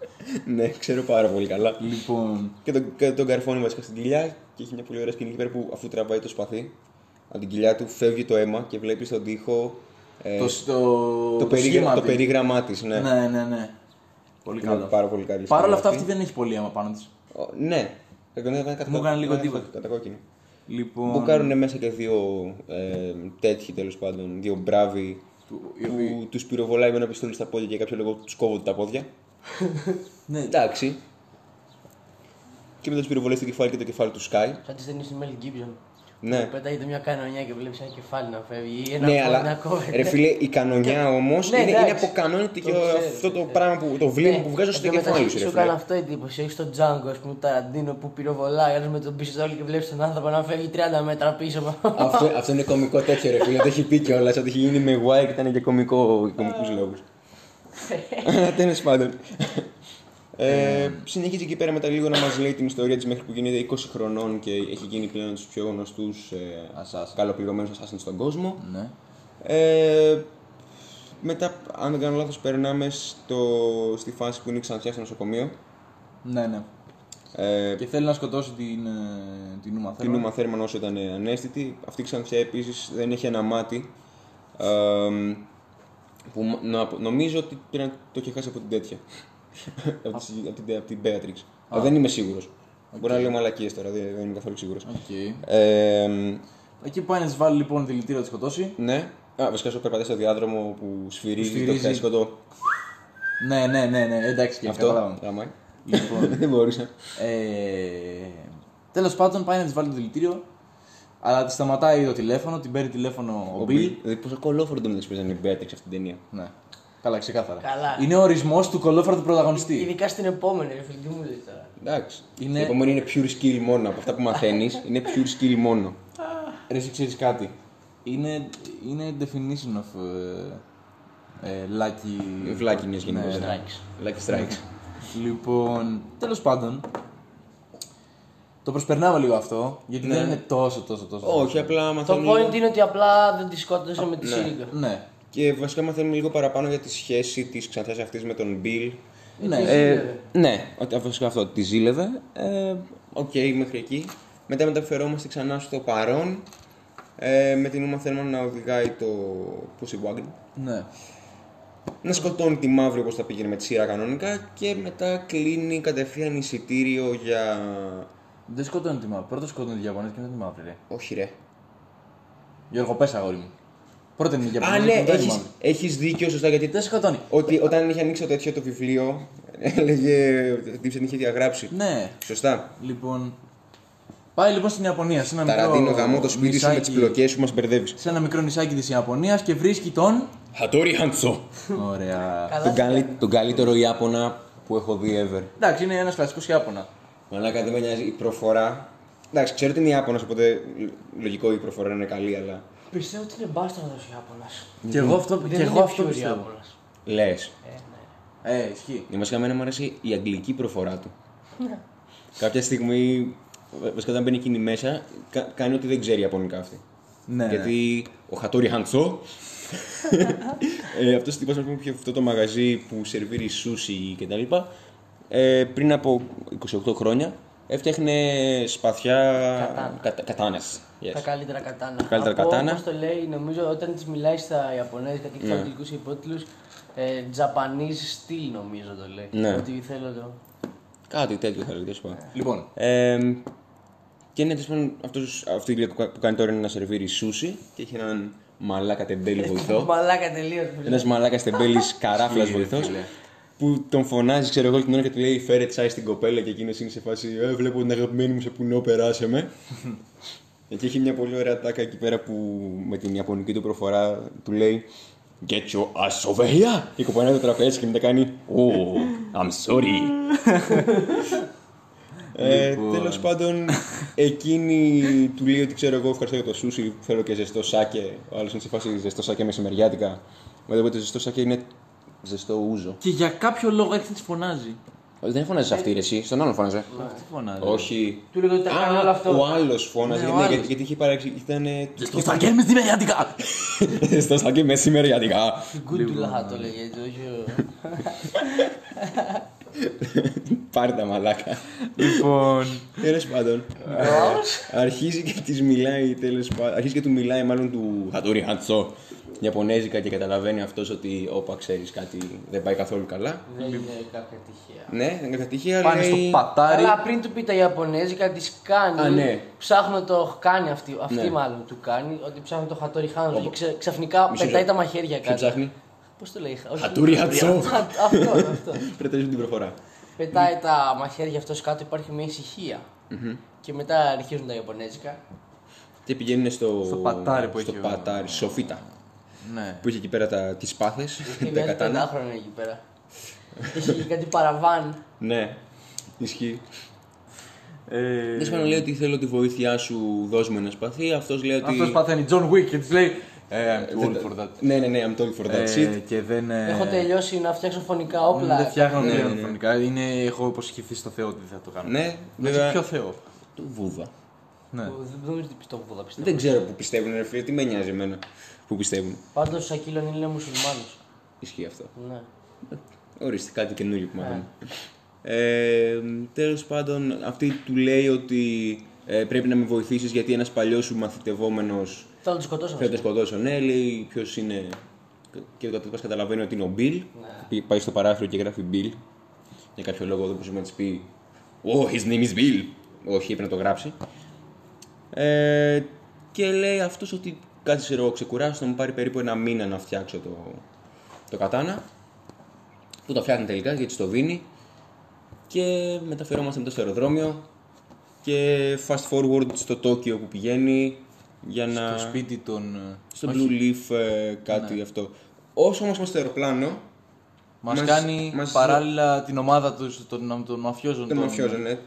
ναι, ξέρω πάρα πολύ καλά. Λοιπόν, Και τον, και τον καρφώνει βασικά στην κοιλιά και έχει μια πολύ ωραία σκηνή εκεί πέρα που αφού τραβάει το σπαθί, από την κοιλιά του φεύγει το αίμα και βλέπει στον τοίχο ε, το, το, το, περίγρα- σχήμα το της. περίγραμμά της. Ναι. Ναι, ναι, ναι. Πολύ Είναι καλό. πάρα πολύ καλή Παρ' όλα σκηνή αυτά αυτή δεν έχει πολύ αίμα πάνω της. Ο- Ναι. Εγώ δεν έκανα κάτι Μου κο- έκανε λίγο κάτι εντύπωση. Κατά κόκκινο. Λοιπόν, Μπουκάρουν μέσα και δύο ε, τέτοιοι τέλος πάντων, δύο μπράβοι Που, οι οποίοι- που τους πυροβολάει με ένα πιστόλι στα πόδια και για κάποιο λόγο τους κόβονται τα πόδια. Ναι, Εντάξει. Και μετά τους πυροβολάει στο κεφάλι και το κεφάλι του σκάει. Σαν τις ταινίες του Μέλ Γκίμπιον. Ναι. Πετάγεται μια κανονιά και βλέπεις ένα κεφάλι να φεύγει ή ένα Ναι, πόδι να αλλά κόβεται. ρε φίλε, η κανονιά όμως Ναι, είναι, είναι εντάξει. αποκανόνητη και Το ξέρω, αυτό το το ξέρω. πράγμα που το βλέμμα που βγάζω στο Ναι. εν τω κεφάλι μεταξύ σου. ρε Σου φίλε. έκανε αυτό εντύπωση. Έχεις τον Τζάγκο, ας πούμε, τον Ταραντίνο που πυροβολάει, ένας με τον πιστόλι και βλέπεις τον άνθρωπο να φεύγει 30 μέτρα πίσω. αυτό, αυτό είναι κωμικό τέτοιο ρε φίλε, το έχει πει κιόλας. Ότι είχε γίνει με γουάι και ήταν και κωμικό για κωμικούς λόγους. Τέλος πάντων. Ε, συνεχίζει εκεί πέρα μετά λίγο να μας λέει την ιστορία της μέχρι που γίνεται 20 χρονών και έχει γίνει πλέον ένας από τους πιο γνωστούς ε, Assassin. καλοπληρωμένους ασάσιν στον κόσμο. ναι. Ε, μετά, αν δεν κάνω λάθος, περνάμε στο, στη φάση που είναι η ξανθιά στο νοσοκομείο. Ναι, ναι. Ε, Και θέλει να σκοτώσει την, ε, την Ούμα την Θέρμαν. Ούμα Θέρμαν όσο ήταν ε, ανέστητη. Αυτή η ξανθιά επίσης δεν έχει ένα μάτι. Ε, που μ- να- νομίζω ότι πήρε να το είχε χάσει από την τέτοια. από, τη, από την, από την Beatrix. Αλλά δεν είμαι σίγουρος. Μπορεί να λέω μαλακίες τώρα, δεν, δεν είμαι καθόλου σίγουρος. Οκ. Ε, Εκεί πάει να της βάλει λοιπόν δηλητήριο να τη σκοτώσει. ναι. Α, βασικά σου περπατάει στο διάδρομο που σφυρίζει, Σφυρίζει. το πιάσικο το. Ναι, ναι, ναι, ναι, εντάξει και Αυτό. καταλάβαμε. Γαμάει. λοιπόν, δεν μπορούσα. Ε, Τέλος πάντων, πάει να της βάλει το δηλητήριο. Αλλά της σταματάει το τηλέφωνο, την παίρνει τηλέφωνο ο, Bill. Δηλαδή, πόσο κολόφορο το μεταξύ παίζανε η Beatrix αυτή την ταινία. Ναι. Καλά, ξεκάθαρα. Καλά. Είναι ο ορισμός του κολόφαρτου πρωταγωνιστή. Ειδικά στην επόμενη, ρε φίλε, τι μου λες τώρα. Εντάξει. Είναι- Η επόμενη είναι pure skill μόνο. Από αυτά που μαθαίνεις, είναι pure skill μόνο. Ρε, εσύ ξέρεις κάτι. Είναι, είναι definition of. Ε, ε, lucky. Βλάκινε γενικότερα. Ναι, Lucky strikes. Λοιπόν, τέλος πάντων. Το προσπερνάμε λίγο αυτό, γιατί δεν είναι τόσο, τόσο, τόσο. Ναι. Όχι, απλά Το μαθαίνουμε. point είναι ότι απλά δεν τη σκότωσε με τη σύριγγα. Ναι. Και βασικά μαθαίνουμε λίγο παραπάνω για τη σχέση της ξανθιά αυτής με τον Bill. Ναι. Ε, ναι, ότι- βασικά αυτό. Τη ζήλευε. Ε, Οκ, μέχρι εκεί. Μετά μεταφερόμαστε ξανά στο παρόν. Ε, με την Ούμα Θέρμαν να οδηγάει το Pussy Wagon. ναι. να σκοτώνει τη μαύρη όπως θα πήγαινε με τη σειρά κανονικά και μετά κλείνει κατευθείαν εισιτήριο για... Δεν σκοτώνει τη μαύρη. Πρώτα σκοτώνει τη Ιαπωνέζα και μετά τη μαύρη. Ρε. Όχι ρε. Γιώργο, πε αγόρι μου. Πρώτα είναι η Α, Ιαπωνέζα ναι, και μετά η έχεις, μαύρη. έχεις δίκιο σωστά γιατί Δεν σκοτώνει. ότι όταν είχε ανοίξει το τέτοιο το βιβλίο έλεγε ότι την είχε διαγράψει. Ναι, Σωστά. λοιπόν. Πάει λοιπόν στην Ιαπωνία. Σε ένα Ταραντίνο μικρό γαμό το σπίτι σου με τις νησάκι- πλοκές που μας μπερδεύεις. Σε ένα μικρό νησάκι της Ιαπωνίας και βρίσκει τον. Χατόρι Χαντσό. Ωραία. Καλά. Τον, καλύ- τον καλύτερο Ιάπωνα που έχω δει ever. Εντάξει, είναι ένας κλασικός Ιάπωνα. Μαλάκα δεν με νοιάζει η προφορά. Εντάξει, ξέρω ότι είναι Ιάπωνας οπότε λογικό η προφορά είναι καλή αλλά... Πιστεύω ότι είναι μπάσταρδο Ιάπωνας. Και εγώ αυτό, και Δεν εγώ είναι αυτό πιο πιστεύω. Ιάπωνας. Λες. Ε, ισχύει. Ναι, βασικά εμένα μου αρέσει η αγγλική προφορά του. Κάποια στιγμή, βα- βασικά όταν μπαίνει εκείνη μέσα, κα- κάνει ότι δεν ξέρει Ιαπωνικά αυτή. Ναι, ναι. Γιατί ο Χατόρι Χαντσό. ε, αυτός τύπο που είχε αυτό το μαγαζί που σερβίρει σούσι και τα λοιπά, ε, πριν από 28 χρόνια έφτιαχνε σπαθιά Κατάνα. κατα- κατάνες. Yes. Τα καλύτερα κατάνα. Τα καλύτερα Από, κατάνα. Ναι. Όπως το λέει, νομίζω όταν της μιλάει στα Ιαπωνέζικα και έχει αγγλικούς υπότιτλους, ε, Japanese style νομίζω το λέει. Ναι. Ότι θέλω το. Κάτι τέτοιο θα λέγαμε. Yeah. Λοιπόν, Ε, και είναι τέλος πάντων, αυτός, αυτή η γυναίκα που κάνει τώρα είναι να σερβίρει σούσι και έχει έναν μαλάκα τεμπέλη βοηθό. Μαλάκα τελείως που Ένας μαλάκας τεμπέλης καράφλας βοηθό. Που τον φωνάζει, ξέρω εγώ, όλη την ώρα και του λέει φέρε τσάι στην κοπέλα και εκείνος είναι σε φάση «Ε, Βλέπω την αγαπημένη μου σε πουνό, περάσε με. Εκεί έχει μια πολύ ωραία τάκα εκεί πέρα που με την ιαπωνική του προφορά του λέει Get your ass over here! Και κοπανάει το τραπέζι και μετά κάνει Oh, I'm sorry. Ε, Τέλος πάντων, εκείνη του λέει ότι ξέρω εγώ, ευχαριστώ για το σούσι, θέλω και ζεστό σάκε. Ο άλλος είναι σε φάση ζεστό σάκε μεσημεριάτικα. Οπότε το ζεστό σάκε είναι ζεστό ούζο. και για κάποιο λόγο έρχεται της φωνάζει. Όχι, δεν φωνάζεις αυτή, ρε, εσύ, στον άλλον φώναζε. Τι φωνάζει. Όχι. Του λέγω ότι τα κάνει όλο αυτό. Ο άλλος φώναζε, Ναι, ο ναι, γιατί, άλλος. γιατί είχε παράξει. Ήταν. ε, Στο σταγκέρ με στη μεριάτικα. Ζεστό σάκε μεσημεριάτικα. Γκούντουλα το λέγε. έτσι, όχι ο- Πάρε τα μαλάκα. Λοιπόν. Τέλος πάντων. Αρχίζει και της μιλάει, τέλος πάντων. Αρχίζει και του μιλάει, μάλλον του Χατόρι Χαντσό. Ιαπωνέζικα και καταλαβαίνει αυτός ότι όπα ξέρεις κάτι δεν πάει καθόλου καλά. Δεν είναι κάποια τυχαία. Ναι, δεν είναι τυχαία. Πάνε λέει... στο πατάρι. Αλλά πριν του πει τα Ιαπωνέζικα, τη κάνει. Α, ναι. Ψάχνω το κάνει αυτή. Αυτή Ναι. μάλλον του κάνει. Ότι ψάχνω το Χατόρι Όπα. Χάνο. Και ξε- ξαφνικά Μισό πετάει λεπτό. τα μαχαίρια Ποιο κάτω. ψάχνει. Πώς το λέει, όχι- Χατούρι Χατσό. Χα- Αυτό, αυτό. Πρέπει να την προφορά. Πετάει τα μαχαίρια αυτός κάτω, υπάρχει μια ησυχία. Και μετά αρχίζουν τα Ιαπωνέζικα. Και πηγαίνουν στο, Στο πατάρι που στο έχει ο- πατάρι, σοφίτα. Ναι. Που είχε εκεί πέρα τα... τις πάθες, Και τα βγάζει κατάνα. πεντάχρονα εκεί πέρα. Έχει και κάτι παραβάν. Ναι, ισχύει. Ε, Δεν σημαίνει λέει ότι θέλω τη βοήθειά σου, δώσ' μου ένα σπαθί. Αυτός λέει ότι. Αυτός παθαίνει John Wick και της λέει. Ε, I'm too Δεν- old for that. Ναι, ναι, ναι, I'm told for that Ε, shit. και δεν. ε, Έχω τελειώσει να φτιάξω φωνικά όπλα. Δεν φτιάχνω Ναι, ναι, ναι, ναι. Είναι, έχω υποσχεθεί στο Θεό ότι δεν θα το κάνω. Ναι, Με βέβαια. Ποιο Θεό. Του βούβα. Ναι. Δεν νομίζω ότι πιστεύω που θα πιστεύω. Δεν ξέρω που πιστεύουν, ρε φίλε, τι με νοιάζει εμένα που πιστεύουν. Πάντως ο Σακύλων είναι μουσουλμάνος. Ισχύει αυτό. Ναι. Ορίστε, κάτι καινούργιο που μάθαμε. Ε, Τέλος πάντων, αυτή του λέει ότι ε, πρέπει να με βοηθήσεις γιατί ένας παλιός σου μαθητευόμενος Τώρα τον σκοτώσαμε. θέλει να τον σκοτώσω. Ναι, λέει ποιος είναι. Και ο κατώτατο καταλαβαίνει ότι είναι ο Μπιλ. Πη- Πάει στο παράθυρο και γράφει Μπιλ. Για κάποιο λόγο δεν μπορούσε να της πει. Oh, his name is Bill. Όχι, έπρεπε να το γράψει. Ε, και λέει αυτός ότι κάτσε ξέρω εγώ ξεκουράσου, θα μου πάρει περίπου ένα μήνα να φτιάξω το, το κατάνα. Που το φτιάχνει τελικά γιατί στο δίνει. Και μεταφερόμαστε μετά στο αεροδρόμιο. Και fast forward στο Τόκιο που πηγαίνει για να. Το σπίτι των. ε, στο Blue Leaf ε, κάτι Ναι. αυτό. Όσο όμως είμαστε στο αεροπλάνο, Μας Μας- κάνει μας- παράλληλα την ομάδα τους των, των μαφιόζων. δεν των- με αφιόζανε.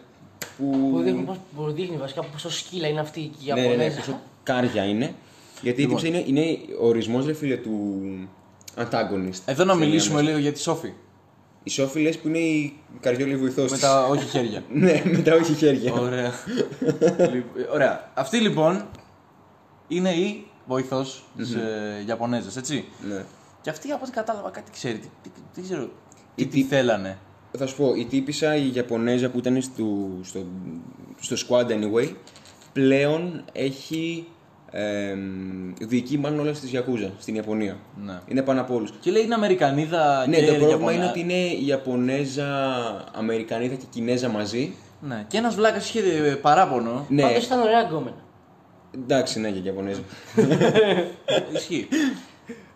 Που... Που δείχνει, πώς- που δείχνει βασικά πόσο σκύλα είναι αυτή η ναι, ναι, ναι, Ιαπωνέζα. πόσο κάρια είναι. Γιατί η Λοιπόν. τύψη είναι, είναι ο ορισμός, ρε φίλε, του antagonist. Εδώ Ε, να Στην μιλήσουμε Ελλάδα. λίγο για τη Σόφη. Η Σόφη λες που είναι η καριόλη βοηθός. Με τα όχι χέρια. Ναι, με τα όχι χέρια. Ωραία. Λοιπόν, Ωραία. Αυτή λοιπόν είναι η βοηθός της Ιαπωνέζα, έτσι. Ναι. Και αυτή από ό,τι κατάλαβα κάτι ξέρει. Τι, τι, τι ξέρω. Η Τι, τι τι- θέλανε. Θα σου πω, η τύπησα η Ιαπωνέζα που ήταν στο, στο, στο squad anyway, πλέον έχει ε, διοικεί μάλλον όλα στη Γιακούζα, στην Ιαπωνία. Ναι. Είναι πάνω από όλους. Και λέει είναι Αμερικανίδα Ναι, και το πρόβλημα Ιαπωνά- είναι ότι είναι η Ιαπωνέζα, Αμερικανίδα και Κινέζα μαζί. Ναι. Και ένας βλάκας είχε ε, παράπονο. Ναι, Πάντως ήταν ωραία γκόμενα. εντάξει, ναι, και Ιαπωνέζα. Ναι. Ισχύει.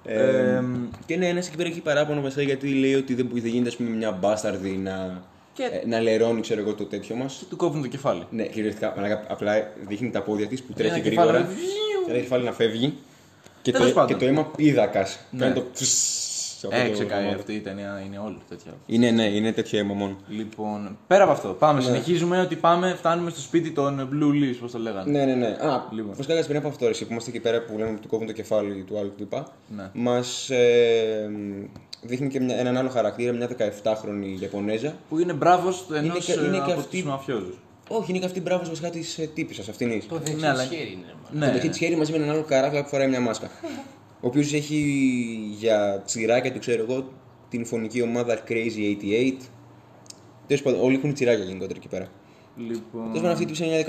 Ε, και είναι ένας εκεί πέρα έχει παράπονο βασικά γιατί λέει ότι δεν, δεν γίνεται ας πούμε, μια μπάσταρδη να, Και- ε, να λερώνει ξέρω εγώ, το τέτοιο μας. Του κόβουν το κεφάλι. Ναι, κυριολεκτικά. μαλάκα, Απλά δείχνει τα πόδια της που τρέχει Ένα γρήγορα. κεφάλι, βιου. Ένα κεφάλι να φεύγει. Και Τέλος το, πάντων. και το αίμα πίδακας. Ναι. Κάνει το. ψσσ από Ε, το ξεκάει γαμάτο. αυτή η ταινία, είναι όλη τέτοια. Είναι, ναι, είναι τέτοιο αίμα μόνο. Λοιπόν, πέρα από αυτό, πάμε. Ναι. Συνεχίζουμε ότι πάμε, φτάνουμε στο σπίτι των Blue Leaves, πώς το λέγανε. Ναι, ναι, ναι. Α, Λοιπόν. φυσικά κάτι πριν από αυτό, εσύ που είμαστε εκεί πέρα που λέμε που του κόβουν το κεφάλι του άλλου τύπα. Ναι. Μας ε, δείχνει και μια, έναν άλλο χαρακτήρα, μια 17χρονη Ιαπωνέζα. Που είναι μπράβος ενός και- είναι και από αυτή- τους μαφιόζους. Όχι, είναι και αυτή μπράβος βασικά της ε, τύπησα αυτήν. Το δεξί αλλά- χέρι είναι. μάλλον. Ναι, Το έχει τη χέρι μαζί με έναν άλλο καράκλα που φοράει μια μάσκα. ο οποίος έχει για τσιράκια του, ξέρω εγώ, την φωνική ομάδα Crazy 88. Τέλος πάντων, όλοι έχουν τσιράκια γενικότερα εκεί πέρα. λοιπόν. Τέλος πάντων, αυτή η τύψη είναι μια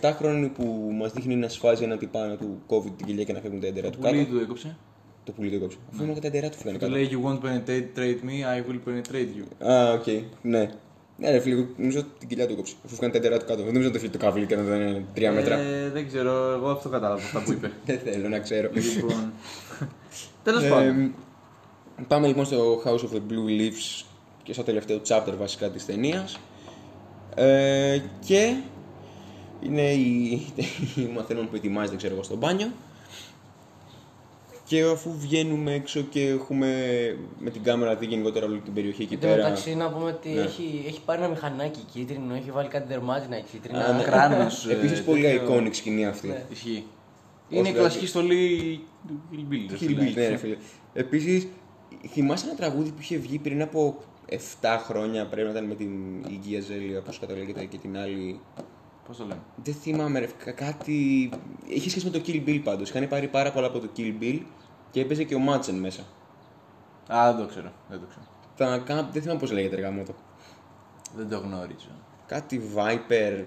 17χρονη που μας δείχνει να σφάζει ένα τυπά να του κόβει την κοιλιά και να φεύγουν τα έντερα του Το πουλί κάτω. του έκοψε. Το πουλί το κόψε. Αφού είναι τα έντερα του φύγανε Του κάτω. λέει You won't penetrate me, I will penetrate you. Α, οκ, ναι. Ναι, ρε φίλε, νομίζω ότι την κοιλιά του κόψε. Αφού φύγανε τα έντερα του κάτω. Δεν νομίζω να το φύγει το καβλί και να δεν είναι τρία μέτρα. Ε, δεν ξέρω, εγώ αυτό κατάλαβα αυτά που είπε. Δεν θέλω να ξέρω. λοιπόν. Τέλος Ε, πάντων. Πάμε λοιπόν στο House of the Blue Leaves και στο τελευταίο chapter βασικά της ταινίας. Ε, και είναι η, η μαθαίνουμε που ετοιμάζεται ξέρω εγώ στο μπάνιο και αφού βγαίνουμε έξω και έχουμε με την κάμερα δει γενικότερα όλη την περιοχή εκεί Εν τω πέρα μεταξύ να πούμε Ναι. ότι έχει, έχει πάρει ένα μηχανάκι κίτρινο, έχει βάλει κάτι δερμάτινα κίτρινα. ναι. κράνος, ε, Ναι. Επίσης πολύ τέτοιο. iconic σκηνή αυτή Ισχύει. Όσο Είναι η δεν- κλασική στολή δηλαδή, του Hillbilly. ρε φίλε. Hillbilly, ναι, ρε φίλε. Επίσης, θυμάσαι ένα τραγούδι που είχε βγει πριν από 7 χρόνια, πρέπει να ήταν με την Ιγγία Ζέλια, όπω καταλέγεται, και την άλλη. Πώς το λέμε. Δεν θυμάμαι, ρε, κα- κάτι. Είχε σχέση με το Kill Bill πάντως. Είχαν πάρει πάρα πολλά από το Kill Bill και έπαιζε και ο Μάτσεν μέσα. Α, δεν το ξέρω. Δεν το ξέρω. Τα... κα- Δεν θυμάμαι πώς λέγεται, ρε το. Δεν το γνωρίζω. Κάτι Viper.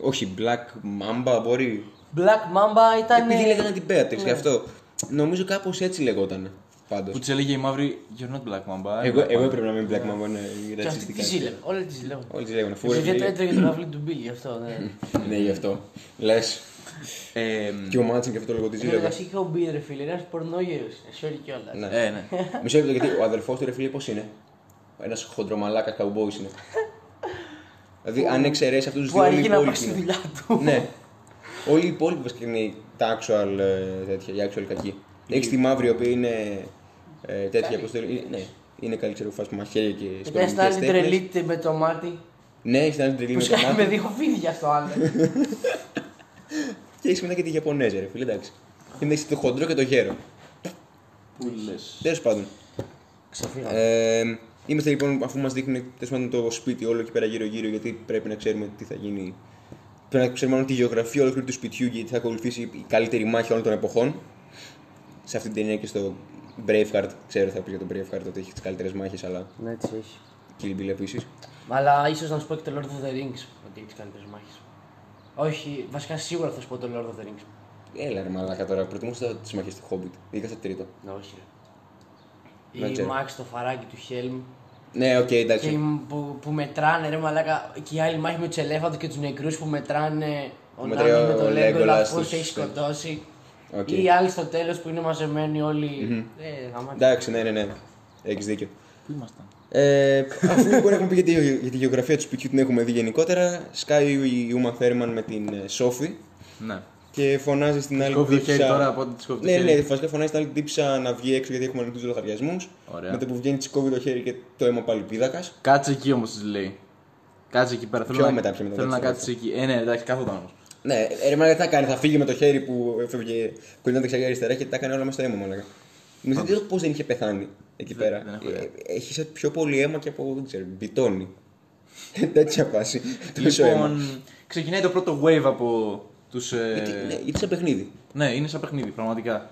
Όχι, Black Mamba μπορεί. Black Mamba ήταν. Ναι. ε, Επειδή λέγανε την Beatrix, γι' αυτό. Νομίζω κάπως έτσι λεγόταν. Πάντως. Που της έλεγε η μαύρη You're not black mamba. Εγώ, εγώ έπρεπε να είμαι black mamba, ναι, Και αυτή ρατσιστικά. τη ζήλευε. Όλα τη ζήλευε. Όλοι τι λέγανε. Φούρε. Γιατί έτρεγε το καβλί του Μπίλ γι' αυτό. ναι. Ναι, γι' αυτό. Λες. Ε, Και ο Μάτσιν και αυτό το λόγο τη Εν τω ζήλευε. μεταξύ είχε ο Μπίλ ρε φίλε, ένας πορνόγερο. Σόρι κιόλας. Ναι. ε, ναι. Μισό λεπτό γιατί ο αδερφός του ρε φίλε πώς είναι. Ένας χοντρομαλάκας καουμπόι είναι. δηλαδή αν εξαιρέσει αυτούς τους Που δύο. όλοι αργεί οι να πάει υπόλοιποι στη είναι. δουλειά του. ναι. Όλοι οι υπόλοιποι βασικά είναι τα actual ε, τέτοια, οι actual κακοί. Έχεις τη μαύρη η οποία είναι ε, τέτοια, πώ το λένε. είναι- Ναι, είναι καλή ξέρω φάση με μαχαίρια και Μετά στην στολικές άλλη τέχνες. τρελείται με το μάτι. Ναι, έχεις την άλλη τρελή Που με το σκάει μάτι. Ε. με δύο φίδια στο άλλο. Και έχεις μετά και τη Ιαπωνέζα, ρε φίλε, εντάξει. Είναι έχεις το χοντρό και το γέρο. Πού λες. Τέλος πάντων. Ξαφνικά. Ε, είμαστε λοιπόν, αφού μας δείχνουν τέλος πάντων, το σπίτι όλο εκεί πέρα γύρω-γύρω, γιατί πρέπει να ξέρουμε τι θα γίνει. Πρέπει να ξέρουμε μάλλον τη γεωγραφία ολόκληρη του σπιτιού, γιατί θα ακολουθήσει η καλύτερη μάχη όλων των εποχών. Σε αυτή την ταινία και στο Braveheart, ξέρω θα πεις για τον Braveheart ότι έχει τις καλύτερες μάχες, αλλά Ναι, έτσι έχει. και η Bill επίσης. Αλλά ίσως να σου πω και το Lord of the Rings ότι έχει τις καλύτερες μάχες. Όχι, βασικά σίγουρα θα σου πω το Lord of the Rings. Έλα ρε μαλάκα τώρα, προτιμούσα τις μάχες του Hobbit, ειδικά στο τρίτο. Ναι, όχι. ρε. Δεν Η ξέρω. Max το φαράκι του Χέλμ. Ναι, οκ, Και εντάξει. η- που, που μετράνε ρε μαλάκα και η άλλη μάχη με τους ελέφαντες και τους νεκρούς που μετράνε ο μετράει Νάνι με ο το Legolas Λέγκολα πώ στους- έχει σκοτώσει. Οκ. Ή οι άλλοι στο τέλος που είναι μαζεμένοι όλοι. Ε, γαμάτι. Εντάξει, ναι, ναι, ναι. Έχεις δίκιο. Πού ήμασταν. Ε, αφού λοιπόν έχουμε πει για τη, για τη γεωγραφία του σπιτιού την έχουμε δει γενικότερα, σκάει η Ούμα Θέρμαν με την ε, Σόφη Ναι. και φωνάζει στην άλλη κόβει το τύψα- χέρι τώρα, από ό,τι της κόβει το Ναι, χέρι. ναι, βασικά φωνάζει στην άλλη τύψα να βγει έξω γιατί έχουμε ανοιχτούς λογαριασμούς. Ωραία. Μετά που βγαίνει, τη κόβει το χέρι και το αίμα πάλι πίδακας. Κάτσε εκεί όμως της λέει. Κάτσε εκεί πέρα. Θέλω Πιο να, μετά, πιο μετά, θέλω να εντάξει, κάτσει εκεί. Ε, ναι, εντάξει, κάθονταν όμως. Ναι, ε, ρε, μάνα, τι θα κάνει, θα φύγει με το χέρι που έφευγε κολλήνα δεξιά και αριστερά και τα έκανε όλα μέσα στο αίμα, μάλλον. Δεν ξέρω πώς δεν είχε πεθάνει εκεί Δεν- πέρα. δεν έχω ιδέα. Ε, έχει σαν πιο πολύ αίμα και από, δεν ξέρω, μπιτόνι. Τέτοια φάση. Τόσο αίμα. Λοιπόν, ξεκινάει το πρώτο wave από τους. Γιατί, ναι, είναι σαν παιχνίδι. Ναι, είναι σαν παιχνίδι, πραγματικά.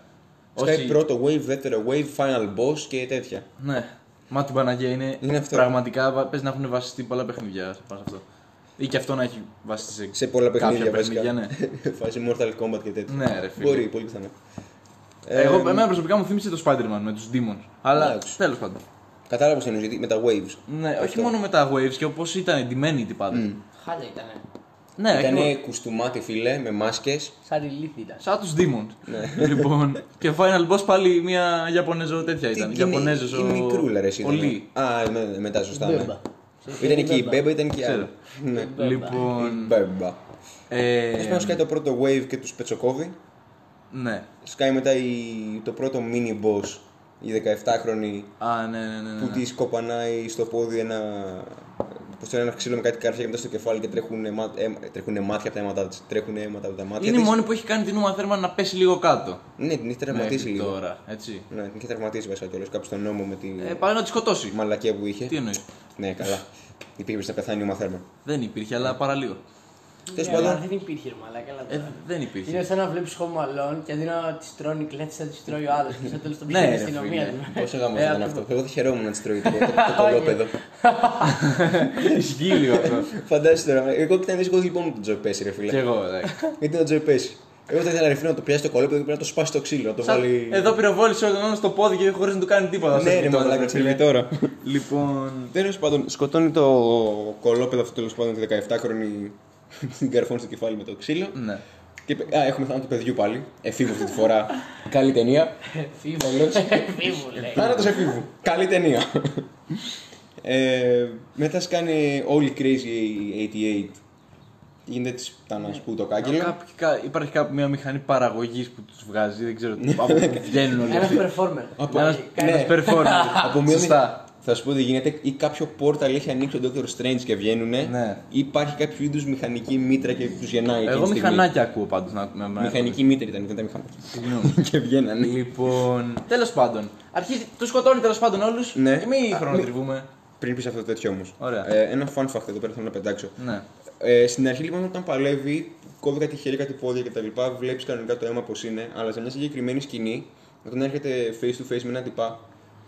Σκάει πρώτο wave, δεύτερο wave, final boss και τέτοια. Ναι. Μα την Παναγία είναι. Είναι αυτό. Πραγματικά βα- πες να έχουν βασιστεί πολλά παιχνίδια πάνω σε αυτό. Ή και αυτό να έχει βασιστεί Σε πολλά κάποια παιχνίδια βασικά. παιχνίδια, ναι. Φάση Mortal Kombat και τέτοια. Ναι, ρε φίλε. Μπορεί, πολύ πιθανό. Εγώ, εμένα προσωπικά μου θύμισε το Spider-Man με τους Demons. Αλλά ε, Εντάξει. τέλος πάντων. Κατάλαβα σε γιατί με τα waves. Ναι, όχι μόνο με τα waves και όπως ήταν εντυμένοι οι τυπάδες. Χάλια ήταν. Ναι, όχι μόνο- Ήταν κουστούμάτι, φίλε, με μάσκες. Σαν ηλίθι ήταν. Σαν τους Demon. Ναι. λοιπόν. Και Final Boss πάλι μια Ιαπωνέζο τέτοια Ε, ήταν. Ιαπωνέζο. Η Ε, μικρούλα, ρε. εσύ ναι. ήταν. Πολύ. Α, με- μετά, σωστά. ναι. Μπέμπα. Ήταν και η Μπέμπα, ήταν και η Ξέρω. άλλη. Ναι. Μπέμπα. Η Λοιπόν. Μπέμπα. ε, Τέλο πάντων, σκάει το πρώτο wave και τους πετσοκόβει. Ναι. Σκάει μετά η- το πρώτο mini boss, η 17χρονη Α, ναι, ναι, ναι. ναι. που τη σκοπανάει στο πόδι ένα, πώς το λένε, ένα ξύλο με κάτι κάρφια και μετά στο κεφάλι και τρέχουν, αίμα, αίμα- τρέχουνε μάτια από τα αίματά τη. Τρέχουν αίματα από τα μάτια. Είναι η της. μόνη που έχει κάνει την Ούμα Θέρμαν να πέσει λίγο κάτω. Ναι, την έχει τραυματίσει Μέχρι λίγο. Τώρα, έτσι. Ναι, την είχε τραυματίσει βασικά κιόλας κάπου στον νόμο με τη Ε, πάει να τη σκοτώσει. μαλακία που είχε. Τι εννοείς. Ναι, καλά. Υπήρχε να πεθάνει ο Μαθέρμα. Δεν υπήρχε, αλλά παραλίγο. Τέλο Ναι, αλλά πάντων, Δεν υπήρχε ρε μαλάκα. αλλά Ε, τώρα. δεν Είναι υπήρχε. σαν να βλέπεις Home Alone και αντί να της τρώνει η κλέτσα, της τρώει ο άλλος. Και στο τέλο τον Ναι, πιάνει η ρε αστυνομία. φίλε. πόσο γάμος Ε, ήταν ακριβώς. αυτό. Εγώ δεν χαιρόμουν να της τρώει το, το, το κολόπεδο. Ισχύει λίγο αυτό. Φαντάζεσαι τώρα, εγώ ήταν δύσκολο λοιπόν με τον Τζοϊπέση, ρε φίλε. Κι εγώ, εντάξει. Γιατί τον Τζοϊπέση. Εγώ θα ήθελα ρε φίλε να το πιάσει το κολόπεδο και πρέπει να το σπάσει το ξύλο, να το Σαν- βάλει. Εδώ πυροβόλησε όλο τον στο πόδι και χωρίς να του κάνει τίποτα. Ναι, Σαν ρε τώρα, μαλάκα, ρε φίλε. ξέρει τώρα. Λοιπόν. Τέλος πάντων, σκοτώνει το κολόπεδο αυτό τέλος πάντων τη 17χρονη. Την καρφώνει στο κεφάλι με το ξύλο. Ναι. Και, είπε- α, έχουμε θάνατο παιδιού πάλι. Εφήβο αυτή τη φορά. Καλή ταινία. Φίβο. Φίβο, λέει. Θάνατος εφήβου. Καλή ταινία. ε, μετά σκάνε όλοι crazy 88. Γίνεται της τανά που το κάγκελο. Κάποιοι κα- Υπάρχει κάπου μια μηχανή παραγωγής που τους βγάζει, δεν ξέρω τι- από πού βγαίνουν όλοι Ένας αυτοί. performer. Ένας ναι. performer. Από μία Σωστά. Θα σου πω τι γίνεται, ή κάποιο πόρταλ έχει ανοίξει ο Dr. Strange και βγαίνουν. Ναι. Ή υπάρχει κάποιο είδους μηχανική μήτρα και τους γεννάει. εκείνη Εγώ τη στιγμή. μηχανάκια ακούω πάντως. να- να- να- Μηχανική μήτρα ήταν, ήταν τα μηχανική. Συγγνώμη. και βγαίνανε. Λοιπόν, τέλος πάντων. Αρχίζει, τους σκοτώνει τέλος πάντων όλους. Ναι. Μην Α, χρονοτριβούμε. Πριν πεις αυτό το τέτοιο όμως. Ωραία. Ε, ένα fun fact εδώ πέρα θέλω να πετάξω. Ναι. Ε, στην αρχή λοιπόν όταν παλεύει, κόβει κάτι χέρια, κάτι πόδια κτλ. Βλέπεις κανονικά το αίμα πώς είναι, αλλά σε μια συγκεκριμένη σκηνή, όταν έρχεται face to face με έναν τυπά,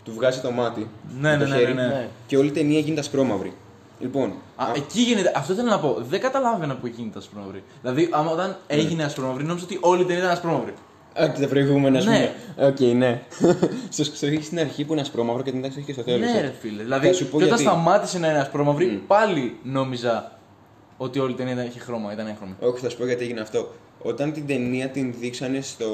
του βγάζει το μάτι. Ναι, με το ναι, ναι, χέρι, ναι, ναι. Και όλη η ταινία γίνεται ασπρόμαυρη. Λοιπόν, Α, εκεί γίνεται. Αυτό ήθελα να πω. Ναι. Δεν καταλάβαινα που εκεί γίνεται ασπρόμαυρη. Δηλαδή, άμα όταν έγινε ασπρόμαυρη, νόμιζα ότι όλη την ήταν ασπρόμαυρη. Όχι τα προηγούμενα, ας Ναι. πούμε. Οκ, ναι. Στο έχει στην αρχή που είναι ασπρόμαυρο και την εντάξει έχει και στο τέλος. Ναι, ρε φίλε. Δηλαδή, Θα και σου πω όταν γιατί. Mm. σταμάτησε να είναι ασπρόμαυρη, πάλι νόμιζα ότι όλη η ταινία ήταν- είχε χρώμα. Ήταν έγχρωμη. Όχι, θα σου πω γιατί έγινε αυτό. Όταν την ταινία την δείξανε στο,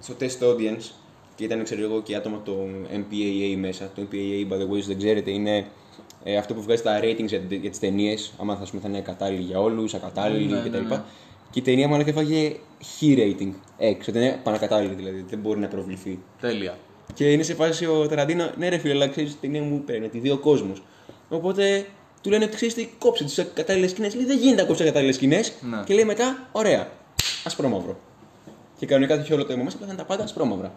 στο test audience και ήταν ξέρω εγώ και άτομα από το MPAA μέσα. Το MPAA, by the way, όσοι δεν ξέρετε, είναι ε, αυτό που βγάζει τα ratings για, για τις ταινίες. Άμα θα, ας πούμε, θα είναι κατάλληλη για όλους, ακατάλληλη Ναι, κτλ. ναι, ναι. Και η ταινία μάλλον έφαγε χ rating. Έξω, ότι είναι πανακατάλληλη δηλαδή, δεν μπορεί να προβληθεί. Τέλεια. Και είναι σε φάση ο Ταραντίνο, ναι ρε φίλε, αλλά ξέρεις την ταινία μου παίρνει, τη δύο κόσμος. Οπότε του λένε, ξέρεις τι, κόψε τις κατάλληλε σκηνές. Λέει, δεν γίνεται να κόψεις κατάλληλε σκηνές. Ναι. Και λέει μετά, ωραία, ασπρόμαυρο. Και κανονικά το είχε όλο το αίμα μέσα, απλά θα ήταν πάντα ασπρόμαυρα.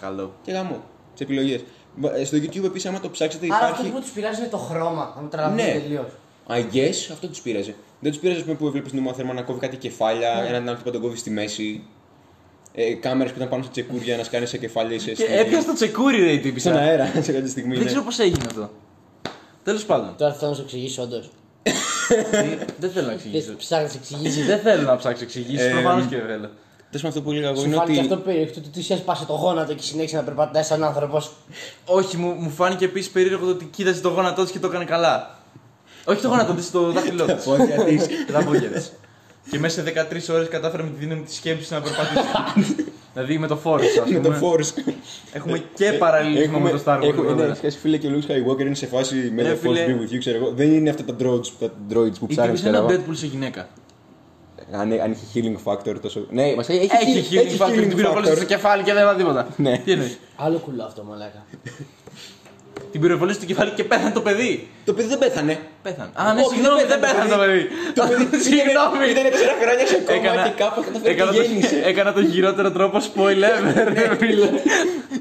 Καλό. Και γάμο, τις επιλογές. ε, Στο YouTube επίσης, άμα το ψάξετε, Άρα αυτό που υπάρχει. τους πειράζει είναι το χρώμα. Να μου τραβούν Ναι. τελείως. I guess, αυτό τους πείραζε. Δεν τους πείραζε ας πούμε, που έβλεπες τον Θέρμα να κόβει κάτι Ναι. κεφάλια, έναν άνθρωπο που τον κόβει στη μέση. Ε, Κάμερες που ήταν πάνω σε τσεκούρια να σκάνε σε κεφάλια ή σε Και στήλη. έπιασε το τσεκούρι, ρε η Στον τύπησα. αέρα σε κάποια στιγμή. Δεν ναι. ξέρω πώς έγινε αυτό. Τέλος πάντων. Τώρα θέλω να σου εξηγήσω, όντως. Τι- Δεν θέλω να εξηγήσω. Ψάχνεις να εξηγήσεις. Δεν θέλω να ψάξω εξηγήσεις. Ε, Προφανώς και θέλω. Τέλο αυτό που έλεγα εγώ Σου είναι φάνηκε ότι. αυτό περίεργο του τι έσπασε το γόνατο και συνέχισε να περπατάει σαν άνθρωπος. Όχι, μου, μου φάνηκε επίσης περίεργο το ότι κοίταζε το γόνατό της και το έκανε καλά. Όχι το γόνατό της, το δάχτυλό της. πόδια της. Και τα πόδια της. Και μέσα σε 13 ώρες κατάφερε με τη δύναμη της σκέψης να περπατήσει. δηλαδή με το φόρο, ας Με το πούμε. Force. Ε, Έχουμε και παραλληλισμό με το Star Wars. έχουμε- εδώ ναι, πέρα. έχεις χάσει, φίλε και ο Luke Skywalker είναι σε φάση με Ρε, το Force φίλε. be with you, ξέρω εγώ. Δεν είναι αυτά τα droids, τα droids Η που ψάχνεις. τύπη είναι ένα Deadpool σε γυναίκα. Αν, αν είχε healing factor τόσο. Ναι, μας έχει, Έχει έχει healing factor, την πυροβολήσε στο κεφάλι και δεν είπα τίποτα. Ναι. Τι εννοείς. Άλλο κουλό αυτό, μαλάκα. Λοιπόν- Την πυροβολήσε στο κεφάλι και πέθανε το παιδί. Το παιδί δεν πέθανε. Πέθανε. Α, ναι, Όχι, συγγνώμη, δεν πέθανε το παιδί. Το παιδί Συγγνώμη. Ήταν ξέρα χρόνια σε κόμμα και κάπου καταφέρει έκανα, και το, γέννησε. έκανα το χειρότερο τρόπο spoiler, ρε φίλε.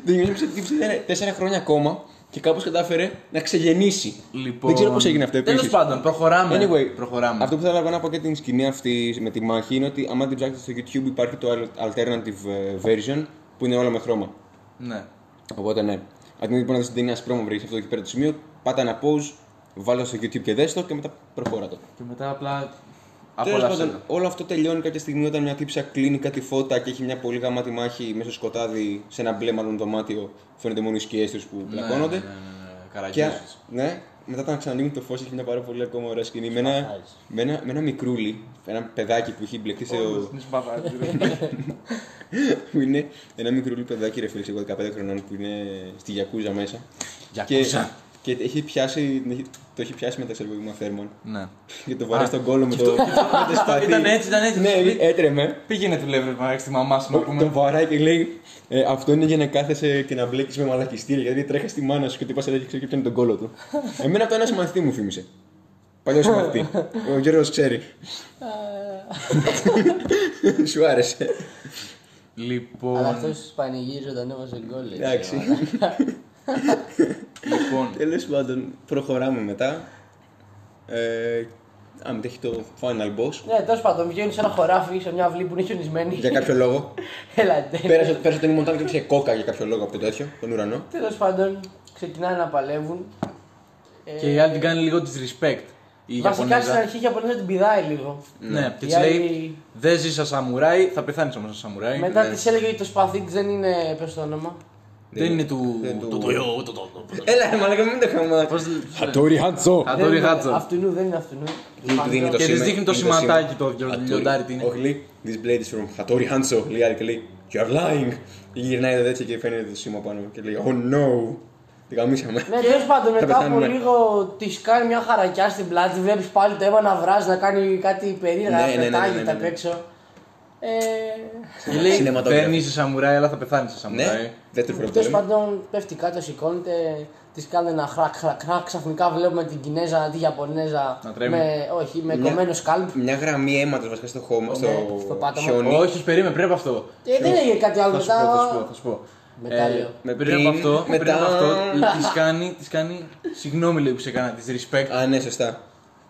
Δεν γέννησε την ψήφισε τέσσερα χρόνια ακόμα και κάπως κατάφερε να ξεγεννήσει. λοιπόν, Δεν ξέρω πώς έγινε αυτό Τέλος επίσης. πάντων, προχωράμε. Anyway, προχωράμε. Αυτό που θέλω εγώ να πω και την σκηνή αυτή με τη μάχη είναι ότι άμα την ψάξετε στο YouTube υπάρχει το alternative ε, version που είναι όλα με χρώμα. Ναι. Οπότε ναι. Αν την λοιπόν να δεις την ταινία σπρώμα βρήκε αυτό εκεί πέρα το σημείο, πάτα να pause, βάλω στο YouTube και δες το και μετά προχώρα το. Και μετά απλά. Τέλος Απόλαυσα. πάντων, το. όλο αυτό τελειώνει κάποια στιγμή όταν μια τύψα κλείνει κάτι φώτα και έχει μια πολύ γαμάτη μάχη μέσα στο σκοτάδι σε ένα μπλε μάλλον δωμάτιο. Φαίνονται μόνο οι σκιές τους που πλακώνονται. Ναι, ναι, ναι, ναι, Και, καραγκιόζης. ναι, μετά όταν ξανανοίγουν το φως έχει μια πάρα πολύ ακόμα ωραία σκηνή. Με ένα, Σπαθάρεις. με, ένα, με ένα μικρούλι, ένα παιδάκι που έχει μπλεχτεί σε. Στην σπαθάρι, ρε. που είναι ένα μικρούλι παιδάκι, ρε φίλε, εγώ 15 χρονών που είναι στη γιακούζα μέσα. Και, Γιακούζα. και έχει πιάσει, την έχει- το έχει πιάσει με τα σερβογήμα θέρμων. Ναι. Και το βάζει στον κόλλο με το, με το σπαθί. Ήταν έτσι, ήταν έτσι. Ναι, έτρεμε. Πήγαινε του λέει, να τη μαμά σου να Το πούμε. βαράει και λέει: «Ε, Αυτό είναι για να κάθεσαι και να μπλέκεις με μαλακιστήρια. Γιατί τρέχας στη μάνα σου και τίποτα δεν ξέρει και πιάνει τον κόλλο του. Εμένα αυτό ένα μαθητή μου θύμισε. Παλιός μαθητή. Ο Γιώργος ξέρει. σου άρεσε. Αλλά Λοιπόν. αυτός πανηγύριζε όταν έβαζε γκολ. έτσι, Εντάξει. μαλάκα. Λοιπόν. Τέλος πάντων, προχωράμε μετά. Ε, α, μετά έχει το final boss. Ναι, τέλος πάντων, βγαίνουν σε ένα χωράφι, σε μια αυλή που είναι χιονισμένη. Για κάποιο λόγο. Έλατε. πέρασε, πέρασε τον Ιμοντάν και έπιασε κόκα για κάποιο λόγο από το τέτοιο, τον ουρανό. Τέλος πάντων, ξεκινάνε να παλεύουν. Ε, Και η άλλη την κάνει λίγο disrespect. Η Βασικά στην Ιαπωνέζα. αρχή η Ιαπωνέζα την πηδάει λίγο. Ναι, και Η τη λέει: άλλη- Δεν ζει σαν σαμουράι, θα πεθάνεις όμως σαν σαμουράι. Μετά Ναι. της έλεγε ότι το σπαθί της δεν είναι. Πες το όνομα. Δεν είναι του. δεν του- του Τοϊό, το- το- το- το- Έλα, ρε μαλάκα, μην το χαμά. Πώς Χατόρι Χάτσο. Χατόρι Δεν είναι Χάτσο. Αυτουνού δεν είναι αυτουνού. Του δίνει το Και της σήμα- δείχνει το σήμα. σηματάκι το δυο- Hattori. λιοντάρι τι είναι. Όχι, λέει, this blade is from Hattori Hanzo, λέει άλλη και λέει, you are lying. Και γυρνάει εδώ έτσι και φαίνεται το σήμα πάνω και λέει, oh no. Τι γαμίσαμε. Ναι, τέλος πάντων, μετά από πεθάνουμε. λίγο της κάνει μια χαρακιά στην πλάτη, βλέπεις πάλι το αίμα να βράζει, να κάνει κάτι περίεργα, Ναι, να ναι, ναι, πετάγεται ναι, ναι, ναι. απ' έξω. Ε, Και λέει: Σινεματόγραφη. Δεν είσαι σαμουράι, αλλά θα πεθάνεις σαν σαμουράι. Ναι, δεύτερο Ε, Τέλο πρόβλημα. πάντων, πέφτει κάτω, σηκώνεται, της κάνει ένα χρακ, χρακ, χρακ. Ξαφνικά βλέπουμε την Κινέζα αντί Ιαπωνέζα. Να τρέμει. Ναι. με, όχι, με Μια- κομμένο σκάλπ. Μια γραμμή αίματος βασικά στο χώμα, Ναι, στο στο πάτωμα. χιόνι. Όχι, περίμενε, πρέπει αυτό. Ε, δεν έγινε κάτι άλλο Θα σου πω, θα σου πω. μετά. Θα σου πω. Μετά Ε, λέω. με Πριν, πριν από αυτό, μετά. πριν από αυτό, της κάνει, της κάνει, συγγνώμη λέει που σε έκανα, της respect, Α, ναι, σωστά.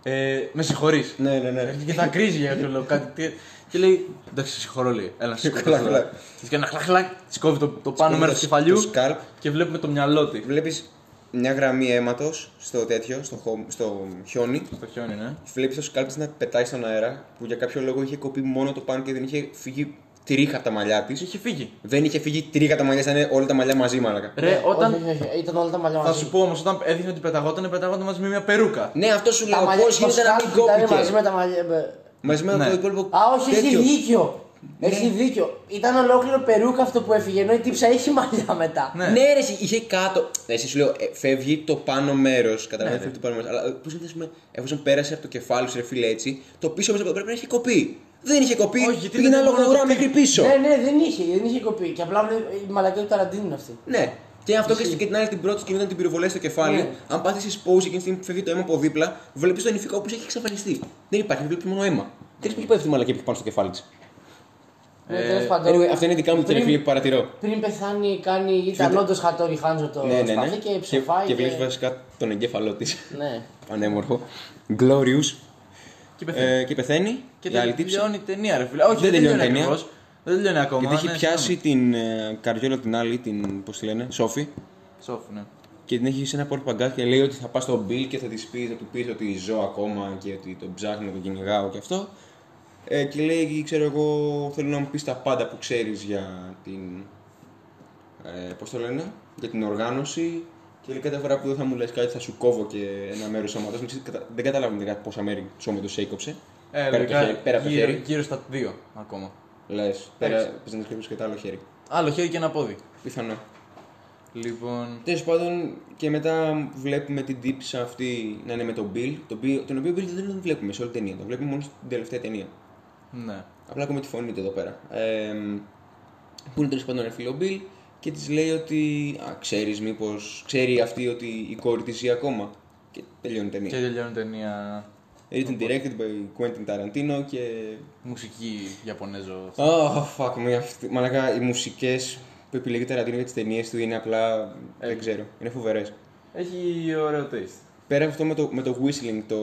ε, με συγχωρείς. Ναι, ναι, ναι. Και θα κρίζει για κάποιο λόγο. Κάτι, τι- και λέει: Εντάξει, σε συγχωρώ, λέει. Έλα, να σε Χλακ, σκοτώσω. χλακ. τώρα». Της κάνει ένα χλακ, χλακ, της κόβει το, το πάνω μέρος του Το- κεφαλιού το σκάλπ. και βλέπουμε το μυαλό της. Βλέπεις μια γραμμή αίματος στο τέτοιο, στο, χω... στο χιόνι. Το χιόνι, ναι. Βλέπεις το σκάλπ της να πετάει στον αέρα που για κάποιο λόγο είχε κοπεί μόνο το πάνω και δεν είχε φύγει τρίχα από τα μαλλιά της. Είχε φύγει. Δεν είχε φύγει τρίχα από τα μαλλιά, ήταν όλα τα μαλλιά μαζί, μαλακά. Ρε, όταν. Ε, Όχι, όχι, όχι, ήταν όλα τα μαλλιά Θα σου πω όμως, όταν έδειχνε ότι πεταγόταν, πεταγόταν μαζί με μια περούκα. Ναι, αυτό σου Τα λέω. μαλλιά Πώς το γίνεται να μην σκάφι ήταν μαζί κόπηκε. με τα μαλλιά. με- Μαζί με Ναι. το υπόλοιπο. Α, όχι, έχει τέτοιος. δίκιο. Ναι. Έχει δίκιο. Ήταν ολόκληρο περούκα αυτό που έφυγε, ενώ η τύψα έχει μαλλιά μετά. Ναι. Ναι, ρε, εσύ, είχε κάτω. Ναι, εσύ σου λέω, ε, φεύγει το πάνω μέρος. Καταλαβαίνω, Ναι, φεύγει το πάνω μέρος. Αλλά ε, πώς είναι, ας πούμε, εφόσον πέρασε από το κεφάλι σου, ρε φίλε έτσι, το πίσω μέσα πρέπει να έχει κοπεί. Δεν είχε κοπεί. Όχι, γιατί πήγαινε δεν άλλο μπορεί να το γουρά πει. μέχρι πίσω. Ναι, ναι, δεν είχε, δεν είχε κοπεί. Και απλά βλέπω- η μαλακία του Ταραντίνου είναι αυτή. Ναι. Και αυτό και, και την άλλη την πρώτη σκηνή ήταν την πυροβολία στο κεφάλι. Ναι. Αν πάθεις τη pose εκείνη τη στιγμή που φεύγει το αίμα από δίπλα, βλέπεις τον ηφικό όπως έχει εξαφανιστεί. Δεν υπάρχει, βλέπεις μόνο αίμα. Τρεις που έχει πάθει τη μαλακή που έχει πάνω στο κεφάλι της. Ναι, τέλος πάντων. Ε, Anyway, αυτή είναι η δικά μου την Πριν- ευχή που παρατηρώ. Πριν πεθάνει, κάνει, ήταν όντως χατόρι Χάντζο το Ναι, ναι, σπαθί ναι. και ψεφάει. και βλέπεις βασικά τον εγκέφαλό της. Ναι. Πανέμορφο. Glorious. Και πεθαίνει. Ε, και πεθαίνει. και η άλλη τύψη. τελειώνει η ταινία, ρε φίλε. Όχι, Δεν δεν τελειώνει τελειώνει η ταινία. ακριβώς. Δεν τελειώνει ακόμα. Γιατί έχει ναι, πιάσει την ε, καριόλα την άλλη, την. Πώς τη λένε, Σόφη. συγγνώμη. Σόφι, ναι. Και την έχει σε ένα πορπαγκάκι και λέει ότι θα πας στον Μπιλ και θα της πει, θα του πει ότι ζω ακόμα και ότι τον ψάχνω, τον κυνηγάω και αυτό. Ε, και λέει, ξέρω εγώ, θέλω να μου πεις τα πάντα που ξέρεις για την. Ε, Πώς το λένε, για την οργάνωση. Και λέει, κάθε φορά που δεν θα μου λες κάτι, θα σου κόβω και ένα μέρος σώματος. Δεν καταλάβουμε πόσα μέρη του σώματο έκοψε. Ε, πέρα από το λογικά, χέρι. Πέρα από το γύρω- χέρι. Γύρω στα δύο ακόμα. Λες, πέρα, πες να σκέφτεσαι και το άλλο χέρι. Άλλο χέρι και ένα πόδι. Πιθανό. Λοιπόν. Τέλος πάντων, και μετά βλέπουμε την τύψη αυτή να είναι με τον Bill, τον, Bill, τον οποίο Bill δεν τον βλέπουμε σε όλη την ταινία. Τον βλέπουμε μόνο στην τελευταία ταινία. Ναι. Απλά ακούμε τη φωνή του εδώ πέρα. Ε, που είναι τέλος πάντων ένα φίλο Bill και της λέει ότι. Α, ξέρεις, μήπως. ξέρει αυτή ότι η κόρη της ζει ακόμα. Και τελειώνει η Και ταινία. τελειώνει η ταινία. Written directed by Quentin Tarantino και. Μουσική Ιαπωνέζο. Oh, fuck me. Αυτή... Μαλάκα, οι μουσικές που επιλέγει ο Tarantino για τις ταινίες του είναι απλά. Δεν ξέρω. Είναι φοβερές. Έχει ωραίο taste. Πέρα από αυτό με το, με το whistling, το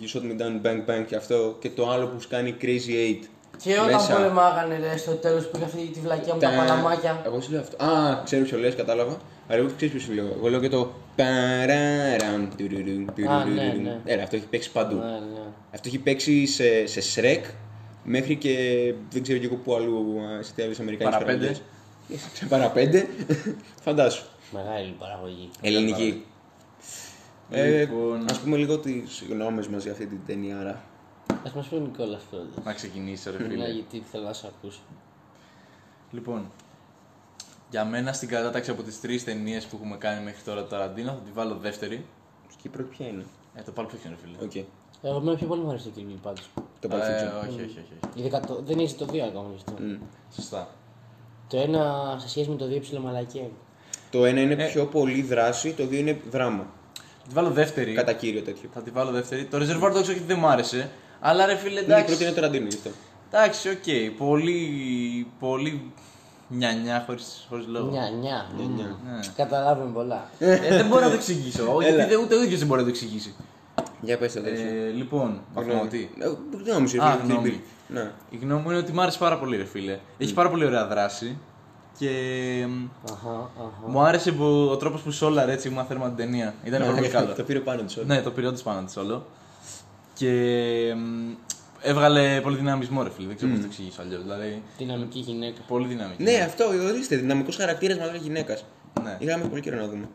You Shot Me Down Bang Bang και αυτό και το άλλο που σου κάνει Crazy 8. Και όταν Μέσα. πολεμάγανε ρε, στο τέλος που είχε αυτή τη βλακιά με τα παλαμάκια. Εγώ σου λέω αυτό. Α, ξέρω ποιο λες, κατάλαβα. Αλλά εγώ ξέρεις ποιο σου λέω. Εγώ λέω και το παραραν. τουρουρου, τουρουρου. ναι, ναι. Έλα, αυτό έχει παίξει παντού. Ναι, ναι. Αυτό έχει παίξει σε, σε Shrek μέχρι και δεν ξέρω και εγώ πού αλλού α, σε τι άλλες Αμερικάνικες Παραπέντε. παραγωγές. Σε παραπέντε. Φαντάσου. Μεγάλη παραγωγή. Ελληνική. Ε, Λοιπόν. Ας πούμε λίγο τις γνώμες μας για αυτή την ταινία. άρα. Ας μας πει ο Νικόλα πρώτα. Να ξεκινήσει, ρε Ναι, φίλε. γιατί θέλω να σε ακούσω. λοιπόν, για μένα στην κατάταξη από τις τρεις ταινίες που έχουμε κάνει μέχρι τώρα το Ταραντίνο θα τη βάλω δεύτερη. Και η πρώτη ποια είναι. Ε, το Pulp Fiction, ρε φίλε. Οκ. Εγώ με πιο πολύ μου αρέσει το Kill Bill πάντως. Το Pulp Ε, Fiction. όχι, όχι, όχι, όχι. Ειδικά το, δεν έχει το 2 ακόμα γι' αυτό. Mm. Σωστά. Το ένα σε σχέση με το 2 ψηλό μαλακία. είναι. Το ένα είναι ε, πιο πολύ δράση, το δύο είναι δράμα. Θα τη βάλω δεύτερη. Κατά κύριο τέτοιο. Θα τη βάλω δεύτερη. Το Reservoir Dogs όχι δεν μου άρεσε. Αλλά ρε φίλε, Ναι, η εντάξει. πρώτη είναι το ραντίνο γι' αυτό. Εντάξει, οκ. Πολύ. Πολύ. Νιανιά χωρίς χωρίς λόγο. Νιά, νιά. Ναι, Mm. Ναι. Καταλάβουμε πολλά. Ε, δεν μπορώ να το εξηγήσω. γιατί δεν- ούτε ο ίδιος δεν μπορεί να το εξηγήσει. Για πες το ναι. δεύτερο. Ε, λοιπόν, βαθμολογητή. Δεν νομίζω. Α, είναι Kill γνώμη. Bill. Ναι. Η γνώμη μου είναι ότι μου άρεσε πάρα πολύ, ρε φίλε. Έχει πάρα πολύ ωραία δράση. Και μ, Αχα, αχα. μου άρεσε που, ο τρόπος που σόλαρε έτσι μου αφαίρεμα την ταινία. Ήταν πολύ καλό. Ναι, Το πήρε πάνω της όλα. ναι, το πήρε όντως πάνω της όλο. Και μ, έβγαλε πολύ δυναμισμό, ρε φίλε. Δεν ξέρω πώς το εξηγήσω αλλιώς. Δηλαδή, Δυναμική γυναίκα. πολύ δυναμική. Ναι, αυτό ορίστε. Δυναμικό χαρακτήρα μάλλον γυναίκας. Ναι. Είχαμε πολύ καιρό να δούμε.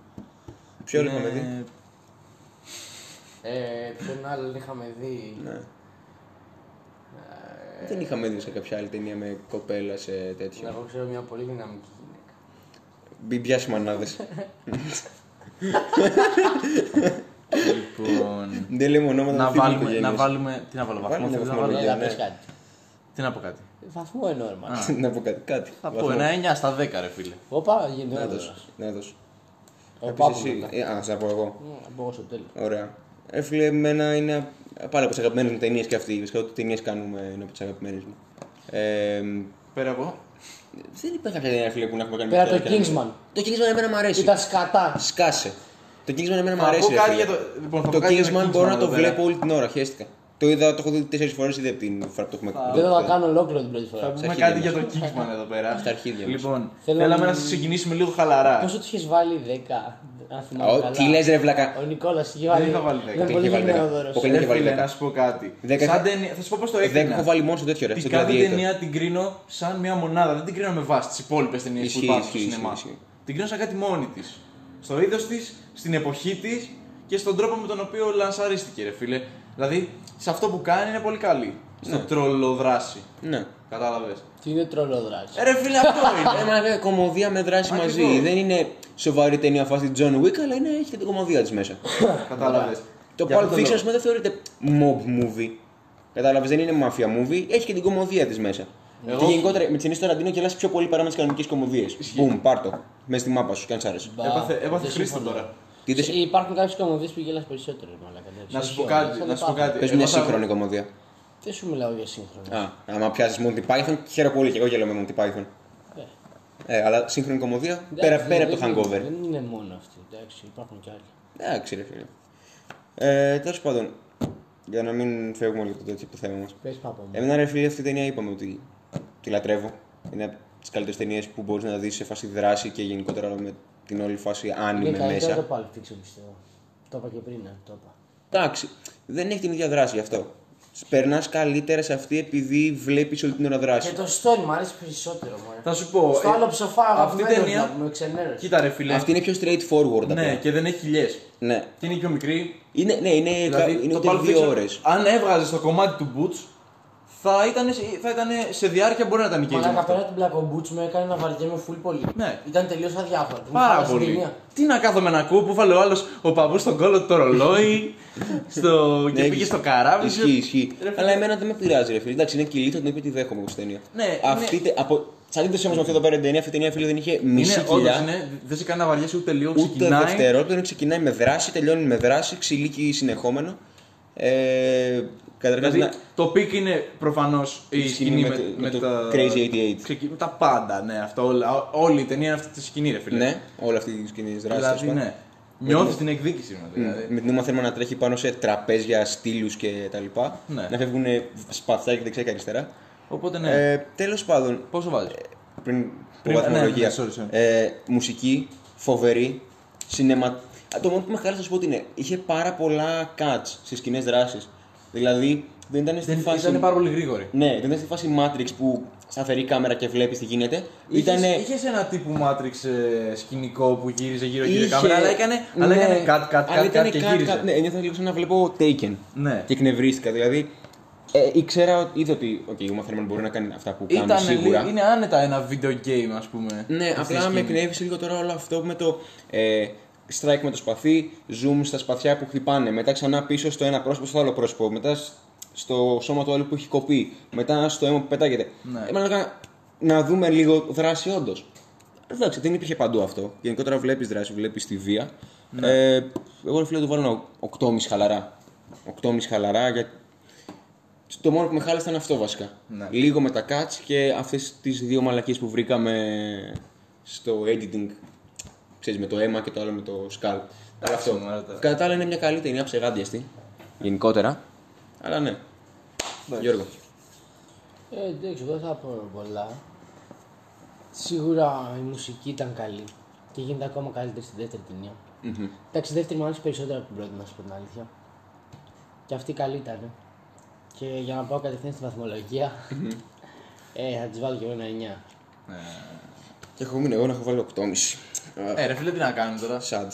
Ποιο άλλο είχαμε Ε, δει. Ε, ποιον άλλον είχαμε δει. Ε, Ναι. Ε. Δεν είχαμε δει σε κάποια άλλη ταινία με κοπέλα σε τέτοιο. Εγώ ξέρω μια πολύ δυναμική γυναίκα. Μην πιάσει μανάδες. λοιπόν. Δεν λέμε ονόματα να, δεν θυμούμε βάλουμε, να οικογένειες. βάλουμε. Τι να βάλω, βαθμό. Βάλουμε θες να βαθμολογία. βάλω. Ναι, ναι. πες κάτι. Τι να πω κάτι. Βαθμό εννοώ, ρε μάνα. Να πω κάτι. κάτι. Θα πω Βαθμό. ένα 9 στα 10, ρε φίλε. Όπα, γίνεται Να όντως. δώσω. Να δώσω. Ο Να πεις Πάπου. Ναι, εσύ- ε, Α, θα πω εγώ. Να πω στο τέλος. Ωραία. Ε, φίλε, εμένα είναι πάρα από τις αγαπημένες μου ταινίες και αυτή. Βασικά, ό,τι ταινίες κάνουμε είναι από τις αγαπημένες μου. Ε, Πέρα εγώ. δεν υπάρχει κάποια ταινία, φίλε, που να έχουμε κάνει Πέρα μέχρι το τώρα και να Kingsman. μην- Το Kingsman εμένα μου αρέσει. Ήταν σκατά. Σκάσε. Το Kingsman εμένα μου Θα αρέσει. πω ρε κάτι φίλε. για το- λοιπόν, θα το πω κάτι για το Kingsman μπορώ Kingsman να το εδώ πέρα. βλέπω όλη την ώρα. Χαίστηκα. Το είδα, το έχω δει τέσσερις φορές, είδε από την φορά που το έχουμε Δεν θα τα κάνω ολόκληρο την πρώτη φορά. Θα πούμε αρχίδια κάτι για το Kingsman εδώ πέρα. Στα αρχίδια μας. Λοιπόν, Θέλω θέλαμε να- να σα ξεκινήσουμε λίγο χαλαρά. Πόσο τους είχε βάλει 10, αν θυμάμαι. Α, ο- καλά. Τι λες, ρε βλακά. Ο Νικόλας είχε βάλει. είχα βάλει 10, Ήταν είχε πολύ βάλει 10. γενναιόδωρο. Ο Καλή- Ρε είχε βάλει φίλε, δέκα. να σου πω κάτι. Δέκα- Ε, Σαν ταινία, θα σου πω πώς το Δεν έκρινα. έχω βάλει μόνο στο τέτοιο ρε. ε, Την δηλαδή, Στον κάθε Gladiator. ταινία την κρίνω σαν μια μονάδα. Δεν την κρίνω με βάση τις υπόλοιπες ταινίες που Ισχύει, υπάρχουν στο ισχύει, σινεμά. ισχύει, ισχύει. Την κρίνω σαν κάτι μόνη της. Στο είδος της, στην εποχή της και στον τρόπο με τον οποίο λανσαρίστηκε, ρε φίλε. Δηλαδή, σε αυτό που κάνει είναι πολύ καλή. Στο τρολοδράση. Ναι. Κατάλαβες. Τι είναι τρολοδράση. Ε, ρε φίλε, αυτό είναι. Ένα ρε, κομμωδία με δράση μαζί. Ακριβώς. Δεν είναι σοβαρή ταινία φάση John Wick, αλλά είναι, έχει και την κομμωδία της μέσα. Κατάλαβες. Το Pulp Fiction, α πούμε, δεν θεωρείται mob movie. Κατάλαβες, δεν είναι mafia movie, έχει και την κομμωδία της μέσα. Εγώ- Και γενικότερα με τι ταινίε του Ταραντίνο κελάσει πιο πολύ παρά με τις κανονικές κομμωδίες. Μπούμ, πάρτο. Μες στη μάπα σου, κι αν σ' άρεσε. Μπα, Έπαθε, έπαθε δεν χρήστο συμφωνώ. τώρα. Τι είδες- Ε, Υπάρχουν κάποιες κομμωδίες που γελάς περισσότερο. μαλάκα, εντάξει. Να σου πω Όχι κάτι, όλες, αλλά να σου πω υπάρχουν. κάτι. Πες Εγώ μια θα- σύγχρονη κομμωδία. Δεν σου μιλάω για σύγχρονα. Α, άμα πιάσεις Monty Python, χαίρομαι πολύ και εγώ γελάω με Monty Python. Ε. Ε, αλλά σύγχρονη κομμωδία Ναι, πέρα, Εντάξει, πέρα από το δεν είναι- hangover. Δεν είναι μόνο αυτή, εντάξει, υπάρχουν κι άλλοι. Εντάξει, ρε φίλε. Ε, Τέλος πάντων, για να μην φεύγουμε λίγο από το τέτοιο το θέμα μας. Πες πάπα μου. Εμένα ρε φίλε αυτή η ταινία είπαμε ότι τη λατρεύω. Είναι από τις καλύτερες ταινίες που μπορείς να δεις σε φάση δράση και γενικότερα με την όλη φάση Είναι άνιμε Ε, καλύτερα το μέσα. Pulp Fiction πιστεύω. Το είπα και πριν, ε, το είπα. Εντάξει, δεν έχει την ίδια δράση γι' αυτό. Περνάς καλύτερα σε αυτή επειδή βλέπεις όλη την ώρα Ε, Και δράση. το Stone μου αρέσει περισσότερο. μωρέ. Θα σου πω. Στο ε, άλλο ψοφά, αυτή η αγαπημένο ταινία. μου, με ξενέρωσε. Κοίτα, ρε φίλε. Αυτή είναι πιο straightforward απλά. Ναι, Ναι. και δεν έχει χιλιές. ναι. Και είναι πιο μικρή, Είναι, ναι, είναι, κα- είναι Δηλαδή, το ούτε Pulp δύο Fiction, ώρες. Αν έβγαζες το κομμάτι του Boots, θα ήταν, θα ήτανε σε διάρκεια μπορεί να τα νικήσει. Μαλάκα πέρα την πλακομπούτς με έκανε να βαριέμαι full πολύ. Ναι. Ήταν τελείως αδιάφορο. Μου Πάρα χάλασε την πολύ. ταινία. Τι να κάθομαι να ακούω που βάλε ο άλλος ο παππούς στον κόλλο του το ρολόι στο... και Ναι, πήγε ισχύει. στο καράβι. Ισχύει, ισχύει. Ρε φίλε. Αλλά εμένα δεν με πειράζει, ρε φίλε. Εντάξει, είναι κυλή, θα την είπε ότι δέχομαι εγώ στην ταινία. Ναι, αυτή, τε- από... Σ' αντίθεση όμως με αυτή εδώ πέρα την ταινία, αυτή η ταινία φίλε δεν είχε μισή Είναι, όντως, κοιλιά. είναι, δεν σε κάνει να βαριέσαι ούτε λίγο. Ούτε ξεκινάει. δευτερόλεπτο, είναι ξεκινάει με δράση, τελειώνει με δράση, ξυλίκι συνεχόμενο. Ε, Καταρχάς. Δηλαδή, το πικ είναι προφανώς η σκηνή με, το- με το τα. Crazy 88. ξεκι- με τα πάντα, ναι. Αυτό, όλα- όλη η ταινία είναι αυτή τη σκηνή, ρε φίλε. Ναι, όλη αυτή τη σκηνή δράση. δηλαδή, ναι. Νιώθεις την εκδίκηση μου, δηλαδή. Με την Ούμα Θέρμαν να τρέχει πάνω σε τραπέζια, στήλους και τα λοιπά. Ναι. Να φεύγουν σπαθάκια δεξιά και αριστερά. Οπότε, ναι. Ε, Τέλος πάντων, Πόσο βάζεις. Ε, πριν Πριν- πριν βαθμολογία. ναι, ναι, sorry, sorry. Ε, μουσική, φοβερή, σινεμα... Α, Το μόνο που με χάλασε να σου πω ότι είναι, είχε πάρα πολλά cuts στις κοινές δράσεις. Δηλαδή δεν ήταν στη φάση... Ήταν πάρα πολύ γρήγορη. Ναι, δεν ήταν στη φάση Matrix που σταθερή κάμερα και βλέπεις τι γίνεται. Ήτανε... Είχες ένα τύπου Matrix ε, σκηνικό που γύριζε γύρω-γύρω η είχε- κάμερα, αλλά έκανε, αλλά ναι, έκανε κάτι, κάτι, αλλά κάτι, ήτανε κάτι και cut, γύριζε. cut, Ναι, ένιωθα λίγο σαν να βλέπω Taken. Ναι. Και εκνευρίστηκα. Δηλαδή, ε, ήξερα, ότι- είδα ότι okay, ο Μαθερμαν μπορεί να κάνει αυτά που κάνει Ήτανε σίγουρα. λίγο- είναι άνετα ένα video game, ας πούμε. Ναι, στη απλά σκηνή. με εκνεύρισε λίγο τώρα όλο αυτό με το ε, strike με το σπαθί, zoom στα σπαθιά που χτυπάνε, μετά ξανά πίσω στο ένα πρόσωπο, στο άλλο πρόσωπο, μετά σ- στο σώμα του άλλου που έχει κοπεί, μετά στο αίμα που πετάγεται. Ναι. Ε, μάλλον, να δούμε λίγο δράση όντως. Εντάξει, δεν υπήρχε παντού αυτό. Γενικότερα βλέπεις δράση, βλέπεις τη βία. Ναι. Ε, εγώ ρε φίλε του βάλω ένα 8,5 χαλαρά. 8,5 χαλαρά για το μόνο που με χάλασε ήταν αυτό βασικά. Ναι. Λίγο με τα cuts και αυτές τις δύο μαλακίες που βρήκαμε στο editing. Ξέρεις, με το αίμα και το άλλο με το skull. Ε, Αλλά αυτό. μάρατα. Κατά τα άλλα είναι μια καλή ταινία, ψεγάντιαστη. Γενικότερα. Αλλά ναι. Γιώργο. Ε, εντάξει, εγώ δεν θα πω πολλά. Σίγουρα η μουσική ήταν καλή και γίνεται ακόμα καλύτερη στη δεύτερη ταινία. Εντάξει, η δεύτερη μου άρεσε περισσότερο από την πρώτη, να σου πω την αλήθεια. Και αυτή καλή ήταν. Και για να πάω κατευθείαν στη βαθμολογία, ε, θα της βάλω και εγώ ένα 9. Και έχω μείνει εγώ να έχω βάλει 8,5. Ε, ρε φίλε, τι να κάνουμε τώρα. Σαντ.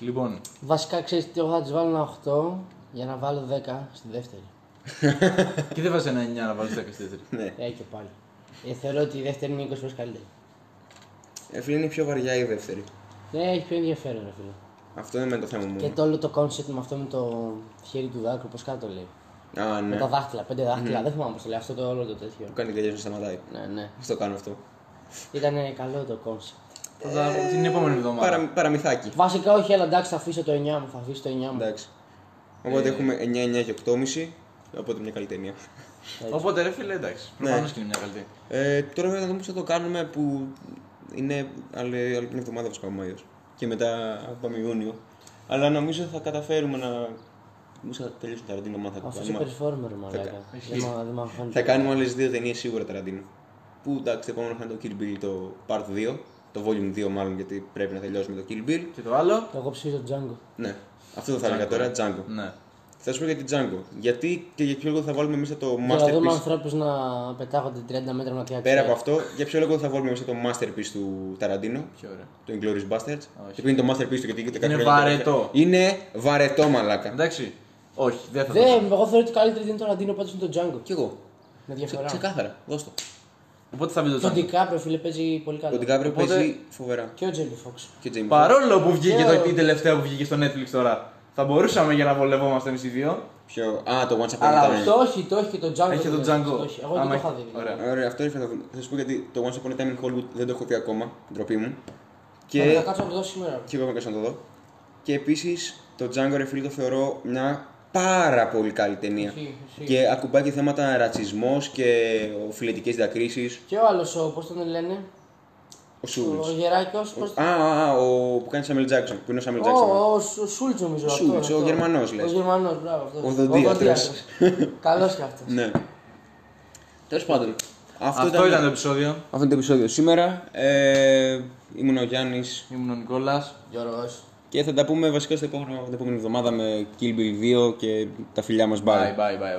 Λοιπόν, Βασικά ξέρεις τι, εγώ θα της βάλω ένα 8 για να βάλω 10 στη δεύτερη. και δεν βάζεις ένα 9 να βάλεις 10 στη δεύτερη. ναι. Ε, και πάλι. Ε, θεωρώ ότι η δεύτερη είναι 20 φορές καλύτερη. Ε, φίλε, είναι πιο βαριά η δεύτερη. Ναι, έχει πιο ενδιαφέρον, ρε φίλε. Αυτό είναι το θέμα μου. Και το όλο το κόνσεπτ με αυτό με το χέρι του δάκρυ, πώς κάτω λέει. Α, ναι. Με τα δάχτυλα, πέντε δάχτυλα. Δεν θυμάμαι πώς το λέει αυτό το όλο το τέτοιο. Που κάνει τελείω να σταματάει. Ναι, ναι. Ας το κάνω αυτό. Ήταν καλό το κόνσεπτ. Ναι. Θα τα πούμε την επόμενη εβδομάδα. Ε, Παρα, παραμυθάκι. Βασικά, όχι, αλλά εντάξει, θα αφήσω το 9 μου. Θα αφήσω το 9 μου. Εντάξει. Οπότε Ε. έχουμε 9, 9 και 8,5. Οπότε μια καλή ταινία. Οπότε, ρε φίλε, Ναι. εντάξει. Προφανώς και είναι μια καλή. ταινία. Ε, τώρα βέβαια θα δούμε πώς θα το κάνουμε που είναι άλλη, άλλη την εβδομάδα βασικά ο Μάιος. Και μετά πάμε Ιούνιο. Αλλά νομίζω θα καταφέρουμε να Μήπω θα τελειώσουν τα Ταραντίνο, μάλλον θα Αυτό είναι κάνουμε- performer, μαλάκα. κα- Δεν μ'- δεν μ' αγχώνει. Θα κάνουμε άλλες δύο ταινίες σίγουρα Ταραντίνο. Που εντάξει, το επόμενο θα είναι το Kill Bill το Part 2. Το Volume 2 μάλλον, γιατί πρέπει να τελειώσουμε το Kill Bill. Και το άλλο. Εγώ ψήφισα Django. Ναι, αυτό θα έλεγα τώρα, Django. Ναι. Θα σου πω για την Django. Γιατί και για ποιο λόγο θα βάλουμε μέσα το Για να δούμε Masterpiece. ανθρώπου να πετάγονται 30 μέτρα μακριά. Ναι. Πέρα από αυτό, για ποιο λόγο θα βάλουμε μέσα το Masterpiece του Ταραντίνο. Πιο ωραία. Το Inglourious Basterds. Το οποίο είναι το Masterpiece του γιατί και τα Είναι κάποια χρόνια- βαρετό. Είναι βαρετό, μαλάκα. Εντάξει. Όχι, δεν θα το Δεν, εγώ θεωρώ ότι καλύτερη είναι το Ραντίνο πάντως είναι το Django. Κι εγώ. Με Ξε- διαφορά. Ξεκάθαρα, δώσ' το. Οπότε θα βγει το Το Django. Ντικάπρο, φίλε, παίζει πολύ Ο καλά. Ντικάπριο Οπότε- παίζει φοβερά. Και ο Τζέμπι Φόξ. Και ο Τζέιμι. Παρόλο που βγήκε Και- το, η τελευταία που βγήκε στο Netflix τώρα. Θα μπορούσαμε για να βολευόμαστε εμείς οι δύο. Ποιο... Α, το Once Upon Αλλά a Time. Το έχει, το έχει και το Django. Έχει το βέβαια, Django. το έχει. Εγώ δεν Άμα το είχα έχει- δει. Ωραία. Ωραία, αυτό ήρθε να το δούμε. Θα σου πω γιατί το Once Upon a Time in Hollywood δεν το έχω δει ακόμα. Ντροπή μου. Και... Θα Και κάτσω να το δω σήμερα. Και εγώ είμαι να το δω. Και επίσης το Django ρε φίλε το θεωρώ μια πάρα πολύ καλή ταινία. Ισχύει, ισχύει. Και ακουμπάει και θέματα ρατσισμός και φιλετικές διακρίσει. Και ο άλλος, ο, πώς τον λένε, Ο ο Σούλτ. Γεράκιος. Πώς... Α, α, α, ο που κάνει Σάμιλ Τζάξον. Που είναι ο Σάμιλ Ο, Τζάξον. ο, Σου- ο Σούλτ νομίζω. αυτό, Σούλτς, αυτό. ο Γερμανός, Ο λες. Γερμανός, μπράβο. Αυτός. Ο Δοντίατρας. Καλό και αυτός. Ναι. Τέλος πάντων. Αυτό, ήταν, το επεισόδιο. αυτό είναι το επεισόδιο σήμερα. Ε, ήμουν ο Γιάννης Ήμουν ο Νικόλας. Γιώργος. και θα τα πούμε βασικά στο επόμενο, την επόμενη εβδομάδα με Kill Bill 2 και τα φιλιά μας. Bye, bye, bye.